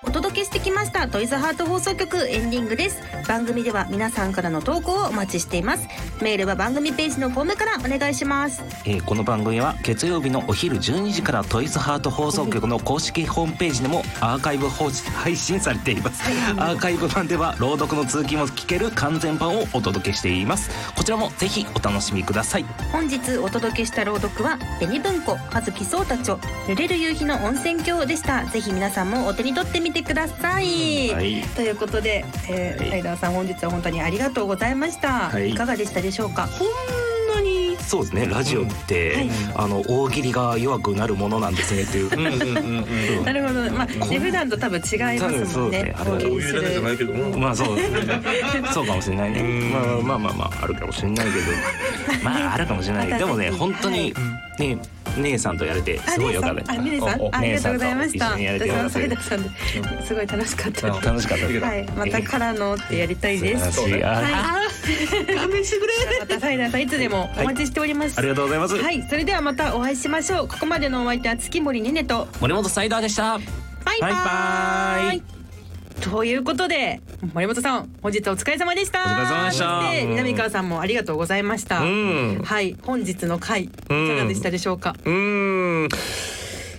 [SPEAKER 9] お届けしてきましたトイズハート放送局エンディングです番組では皆さんからの投稿をお待ちしていますメールは番組ページのフォームからお願いします
[SPEAKER 5] えーこの番組は月曜日のお昼12時からトイズハート放送局の公式ホームページでもアーカイブ放置配信されていますアーカイブ版では朗読の続きも聞ける完全版をお届けしていますこちらもぜひお楽しみください
[SPEAKER 9] 本日お届けした朗読は紅文庫葉月聡太著濡れる夕日の温泉郷でしたぜひ皆さんもお手に取ってみてください、
[SPEAKER 5] はい
[SPEAKER 9] ということで、えー
[SPEAKER 5] はい
[SPEAKER 9] ライダーさん本日は本当にありがとうございました、、
[SPEAKER 5] はいい
[SPEAKER 9] かがでしたでしょうか
[SPEAKER 5] そうですねラジオって、あの大喜利が弱くなるものなんですねっていう、
[SPEAKER 2] うんうんうんうん
[SPEAKER 4] なるほどまあね普段と多分違いますもんね
[SPEAKER 5] 多分そうですねあれは
[SPEAKER 4] 大喜
[SPEAKER 2] こう
[SPEAKER 4] 利
[SPEAKER 2] い
[SPEAKER 4] す
[SPEAKER 2] うだけじゃな
[SPEAKER 4] る
[SPEAKER 2] いけども、
[SPEAKER 5] まあそうですねそうかもしれないねまあまあまあまああるかもしれないけどまああるかもしれないでもね本当にね姉さんとやれて
[SPEAKER 4] あ
[SPEAKER 5] すごいよかった
[SPEAKER 4] あミネさん
[SPEAKER 5] おお
[SPEAKER 4] ありがとうございま
[SPEAKER 5] 姉
[SPEAKER 4] し
[SPEAKER 5] さん
[SPEAKER 4] た
[SPEAKER 5] と一緒にやれて
[SPEAKER 4] 私
[SPEAKER 5] よ
[SPEAKER 4] は
[SPEAKER 5] かった
[SPEAKER 4] サイ
[SPEAKER 5] で
[SPEAKER 4] ダー
[SPEAKER 5] す
[SPEAKER 4] さんですごい楽しかったです
[SPEAKER 5] 楽しかったです
[SPEAKER 4] はいまたからのってやりたい
[SPEAKER 5] 素晴
[SPEAKER 4] で
[SPEAKER 5] ら
[SPEAKER 4] す
[SPEAKER 5] しいあ
[SPEAKER 4] はい勘弁してくれまたサイダーさんいつでもお待ちしております
[SPEAKER 5] ありがとうございます
[SPEAKER 4] はい、それではまたお会いしましょう。ここまでのお相手は月森ねねと。
[SPEAKER 5] 森本サイダーでした
[SPEAKER 4] バイバーイ。
[SPEAKER 5] バイバーイ
[SPEAKER 4] ということで、森本さん、本日はお疲れ様でした。お
[SPEAKER 5] 疲れ様でした
[SPEAKER 4] そして、南川さんもありがとうございました。
[SPEAKER 2] ん
[SPEAKER 4] はい、本日の回、いかがでしたでしょうか。
[SPEAKER 2] うーん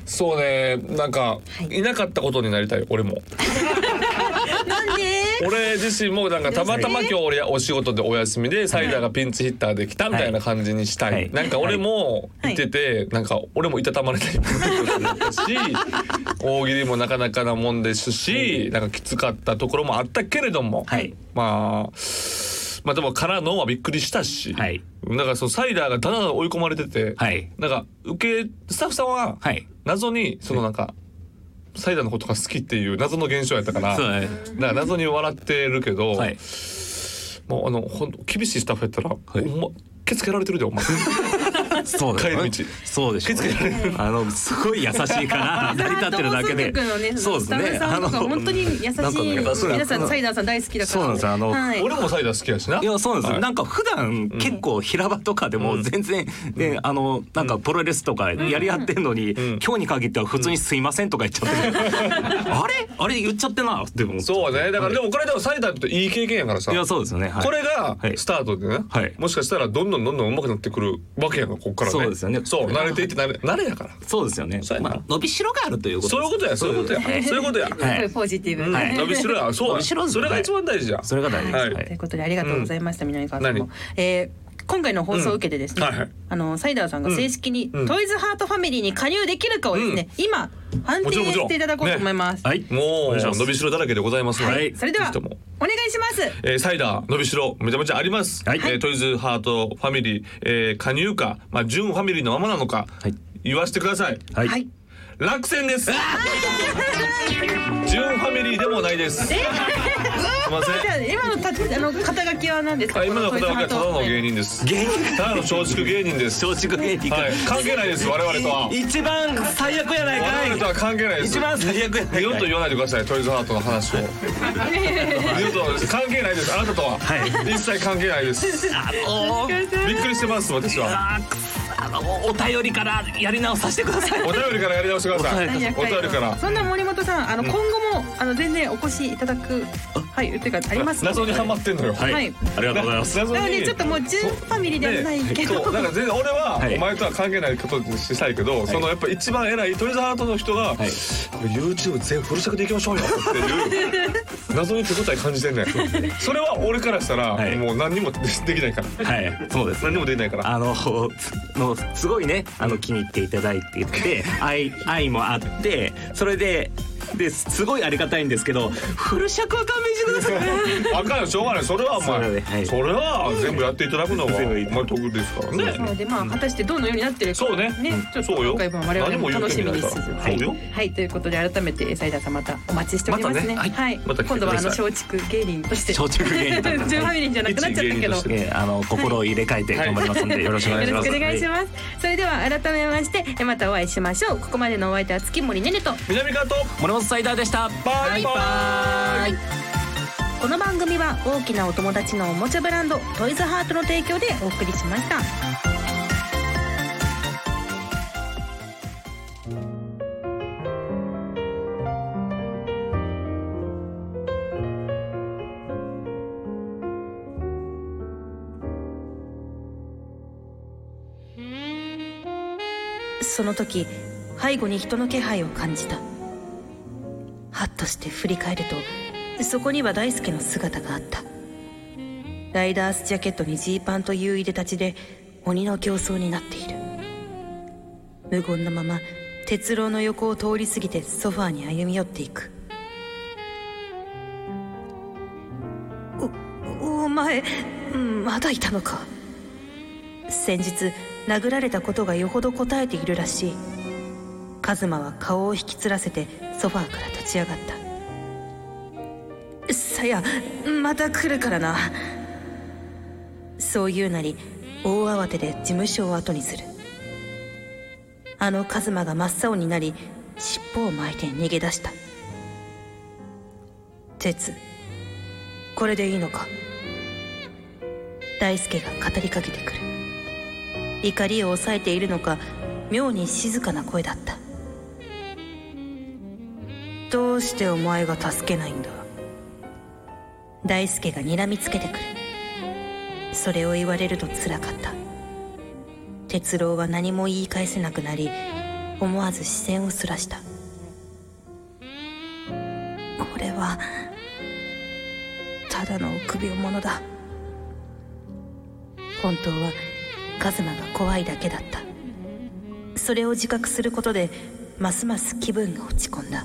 [SPEAKER 2] そうねなんか、い、なかったことになりたい俺も
[SPEAKER 4] なんで。
[SPEAKER 2] 俺自身もなんかたまたま今日俺お仕事でお休みでサイダーがピンチヒッターできたみたいな感じにしたい、
[SPEAKER 5] はい
[SPEAKER 2] なんか俺もいてて、なんか俺もいたたまれたりもしたし大喜利もなかなかなもんですし、なんかきつかったところもあったけれども、
[SPEAKER 5] はい
[SPEAKER 2] まあまあでもからのはびっくりしたし、
[SPEAKER 5] はい
[SPEAKER 2] なんかそのサイダーがだんだん追い込まれてて、
[SPEAKER 5] はい
[SPEAKER 2] なんか受けスタッフさんは
[SPEAKER 5] はい
[SPEAKER 2] 謎にそのなんか、サイダーのことが好きっていう謎の現象やったから
[SPEAKER 5] そうね
[SPEAKER 2] なんか謎に笑ってるけど、
[SPEAKER 5] はい
[SPEAKER 2] もうあのほんと厳しいスタッフやったら、お前気付けられてるでお前
[SPEAKER 5] そうだよね
[SPEAKER 2] 帰り道
[SPEAKER 5] そうでしょうねあのすごい優しいから成り立ってるだけで
[SPEAKER 4] 放送局のね、
[SPEAKER 5] そうです
[SPEAKER 4] スタ
[SPEAKER 5] ね
[SPEAKER 4] ッフさんとか本当に優しい。
[SPEAKER 5] なんかねそう
[SPEAKER 4] 皆さんサイダーさん大好きだから。
[SPEAKER 5] そうなんですよあの
[SPEAKER 4] は
[SPEAKER 2] [laughs]
[SPEAKER 4] い
[SPEAKER 2] 俺もサイダー好きやしない
[SPEAKER 5] やそうなんです、
[SPEAKER 2] はい
[SPEAKER 5] なんか普段結構平場とかでも全然、ねあのなんかプロレスとかやり合ってんのに、今日に限っては普通に「すいません」とか言っちゃってて、あれあれ言っちゃってなでも
[SPEAKER 2] そうねだからでもこれでもサイダーっていい経験やからさ
[SPEAKER 5] いやそうですよね、はい、
[SPEAKER 2] これが
[SPEAKER 5] はい
[SPEAKER 2] スタートでね、
[SPEAKER 5] はい
[SPEAKER 2] もしかしたらどんどんどんどん上手くなってくるわけやのこっからね
[SPEAKER 5] そうですよね
[SPEAKER 2] そう慣れていって慣れ慣れやから
[SPEAKER 5] そうですよね
[SPEAKER 2] そうやな
[SPEAKER 5] まあ伸びしろがあるということ
[SPEAKER 2] そういうことやそういうことやそういうことや、
[SPEAKER 5] はい
[SPEAKER 4] すごいポジティブ。
[SPEAKER 2] うん
[SPEAKER 5] はい
[SPEAKER 2] 伸びしろやそう
[SPEAKER 5] 伸びしろ
[SPEAKER 2] や
[SPEAKER 5] です
[SPEAKER 2] そ
[SPEAKER 5] よ
[SPEAKER 2] れが一番大事じゃん
[SPEAKER 5] それが大事です、
[SPEAKER 2] はい
[SPEAKER 4] ということでありがとうございました、南川さん
[SPEAKER 2] 何
[SPEAKER 4] も。えー今回の放送を受けてですね、
[SPEAKER 2] うんはいはい
[SPEAKER 4] あのサイダーさんが正式に、
[SPEAKER 2] ん
[SPEAKER 4] トイズハートファミリーに加入できるかをですね、今判定
[SPEAKER 2] もちろんもちろん
[SPEAKER 4] していただこうと思います。
[SPEAKER 5] はい
[SPEAKER 2] も
[SPEAKER 5] お願いしま
[SPEAKER 2] う
[SPEAKER 5] す
[SPEAKER 2] 伸びしろだらけでございますので、
[SPEAKER 5] はい
[SPEAKER 4] それでは
[SPEAKER 2] ぜひとも
[SPEAKER 4] お願いします。
[SPEAKER 2] えーサイダー伸びしろめちゃめちゃあります、
[SPEAKER 5] はい
[SPEAKER 2] えートイズハートファミリー、えー加入かまあ純ファミリーのままなのか、
[SPEAKER 5] はい
[SPEAKER 2] 言わせてください
[SPEAKER 5] はい、
[SPEAKER 4] はい
[SPEAKER 2] 落選です
[SPEAKER 5] [laughs]
[SPEAKER 2] 純ファミリーでもないですすいません
[SPEAKER 4] [laughs] じゃあ今のたあの肩書きは何ですか？
[SPEAKER 2] あ今の方
[SPEAKER 4] こ
[SPEAKER 2] 々はただの芸
[SPEAKER 4] 人。
[SPEAKER 2] 人です。
[SPEAKER 5] 芸人
[SPEAKER 2] ただの松竹芸人です。は
[SPEAKER 5] 松竹芸人が、
[SPEAKER 2] い、関係ないです我々とは。
[SPEAKER 5] 一番最悪やない
[SPEAKER 2] 我々と
[SPEAKER 5] か
[SPEAKER 2] は
[SPEAKER 5] い
[SPEAKER 2] 関係ないです。
[SPEAKER 5] 一番最悪や
[SPEAKER 2] 二
[SPEAKER 5] ない
[SPEAKER 2] 度
[SPEAKER 5] か
[SPEAKER 2] と
[SPEAKER 5] い
[SPEAKER 2] 言わないでください。トイズハートの話を。二度と関係ないです。あなたとは、一切関係ないです。
[SPEAKER 5] おー
[SPEAKER 2] びっくりしてます私は。
[SPEAKER 5] あーくそあのお便りからやり直させてください
[SPEAKER 2] お便りからやり直してください。
[SPEAKER 5] お
[SPEAKER 2] お
[SPEAKER 5] 便
[SPEAKER 2] 便りから。
[SPEAKER 4] そんな森本さんあの、今後もあの全然お越しいただくはいっていうかありますので
[SPEAKER 2] 謎にハマってんのよ。
[SPEAKER 5] はい、
[SPEAKER 4] はい
[SPEAKER 5] ありがとうございます
[SPEAKER 2] 謎
[SPEAKER 4] なのでちょっともう純ファミリーではないけど
[SPEAKER 2] そうなんか全然俺は
[SPEAKER 5] はい
[SPEAKER 2] お前とは関係ないことにしたいけど、そのやっぱ一番偉いトイズハートの人が、これ YouTube 全フル尺でいきましょうよっていう謎に手応え感じてんねんそれは俺からしたら、
[SPEAKER 5] はい
[SPEAKER 2] もう何にもできないから
[SPEAKER 5] はいそうです
[SPEAKER 2] 何にもできないから
[SPEAKER 5] あののすごいねあの気に入っていただいていて愛愛もあってそれでですごいありがたいんですけどフル尺は勘弁してください
[SPEAKER 4] [laughs]
[SPEAKER 5] [laughs]
[SPEAKER 2] あかんよしょうがないそれはお前
[SPEAKER 5] そうだ
[SPEAKER 2] そ,、
[SPEAKER 5] ねはい
[SPEAKER 2] れは全部やっていただくのはお
[SPEAKER 5] 全部いい
[SPEAKER 2] 前得ですから
[SPEAKER 4] な
[SPEAKER 2] ね
[SPEAKER 4] のでまあ果たしてどのようになってるか
[SPEAKER 2] そうね
[SPEAKER 4] ねちょっと
[SPEAKER 2] そうよ
[SPEAKER 4] 今回も我々も楽しみにしつつ
[SPEAKER 2] 何も言うてみないから
[SPEAKER 4] はい
[SPEAKER 2] そうよ
[SPEAKER 4] はいということで改めて斉田さんまたお待ちしておりますね
[SPEAKER 5] またね
[SPEAKER 4] はい、
[SPEAKER 2] また来て
[SPEAKER 4] 今度はあの
[SPEAKER 2] ください
[SPEAKER 4] 松竹芸人として
[SPEAKER 5] 松竹芸人と
[SPEAKER 4] [laughs]
[SPEAKER 5] して
[SPEAKER 4] 純ファミリーじゃなくなっちゃったけど
[SPEAKER 2] 一芸人として
[SPEAKER 5] えーあの心を入れ替えて頑張りますんで、よろしくお願いし
[SPEAKER 4] よろ
[SPEAKER 5] ま
[SPEAKER 4] し
[SPEAKER 5] す
[SPEAKER 4] くお願いし
[SPEAKER 5] は
[SPEAKER 4] ます、それでは改めましてえまたお会いしましょうここまでのお相手は月森ねねと
[SPEAKER 2] 南川と
[SPEAKER 5] 森本サイダーでした
[SPEAKER 2] バイバイ
[SPEAKER 4] この番組は大きなお友達のおもちゃブランドトイズハートの提供でお送りしました
[SPEAKER 1] その時背後に人の気配を感じたハッとして振り返るとそこには大輔の姿があったライダースジャケットにジーパンといういでたちで鬼の形相になっている無言のまま哲郎の横を通り過ぎてソファーに歩み寄っていくおお前まだいたのか先日殴られたことがよほど答えているらしいカズマは顔を引きつらせてソファーから立ち上がったさやまた来るからなそう言うなり大慌てで事務所を後にするあのカズマが真っ青になり尻尾を巻いて逃げ出した鉄これでいいのか大輔が語りかけてくる怒りを抑えているのか妙に静かな声だったどうしてお前が助けないんだ大輔が睨みつけてくるそれを言われると辛かった哲郎は何も言い返せなくなり思わず視線をそらした俺はただの臆病者だ本当はカズマが怖いだけだったそれを自覚することでますます気分が落ち込んだ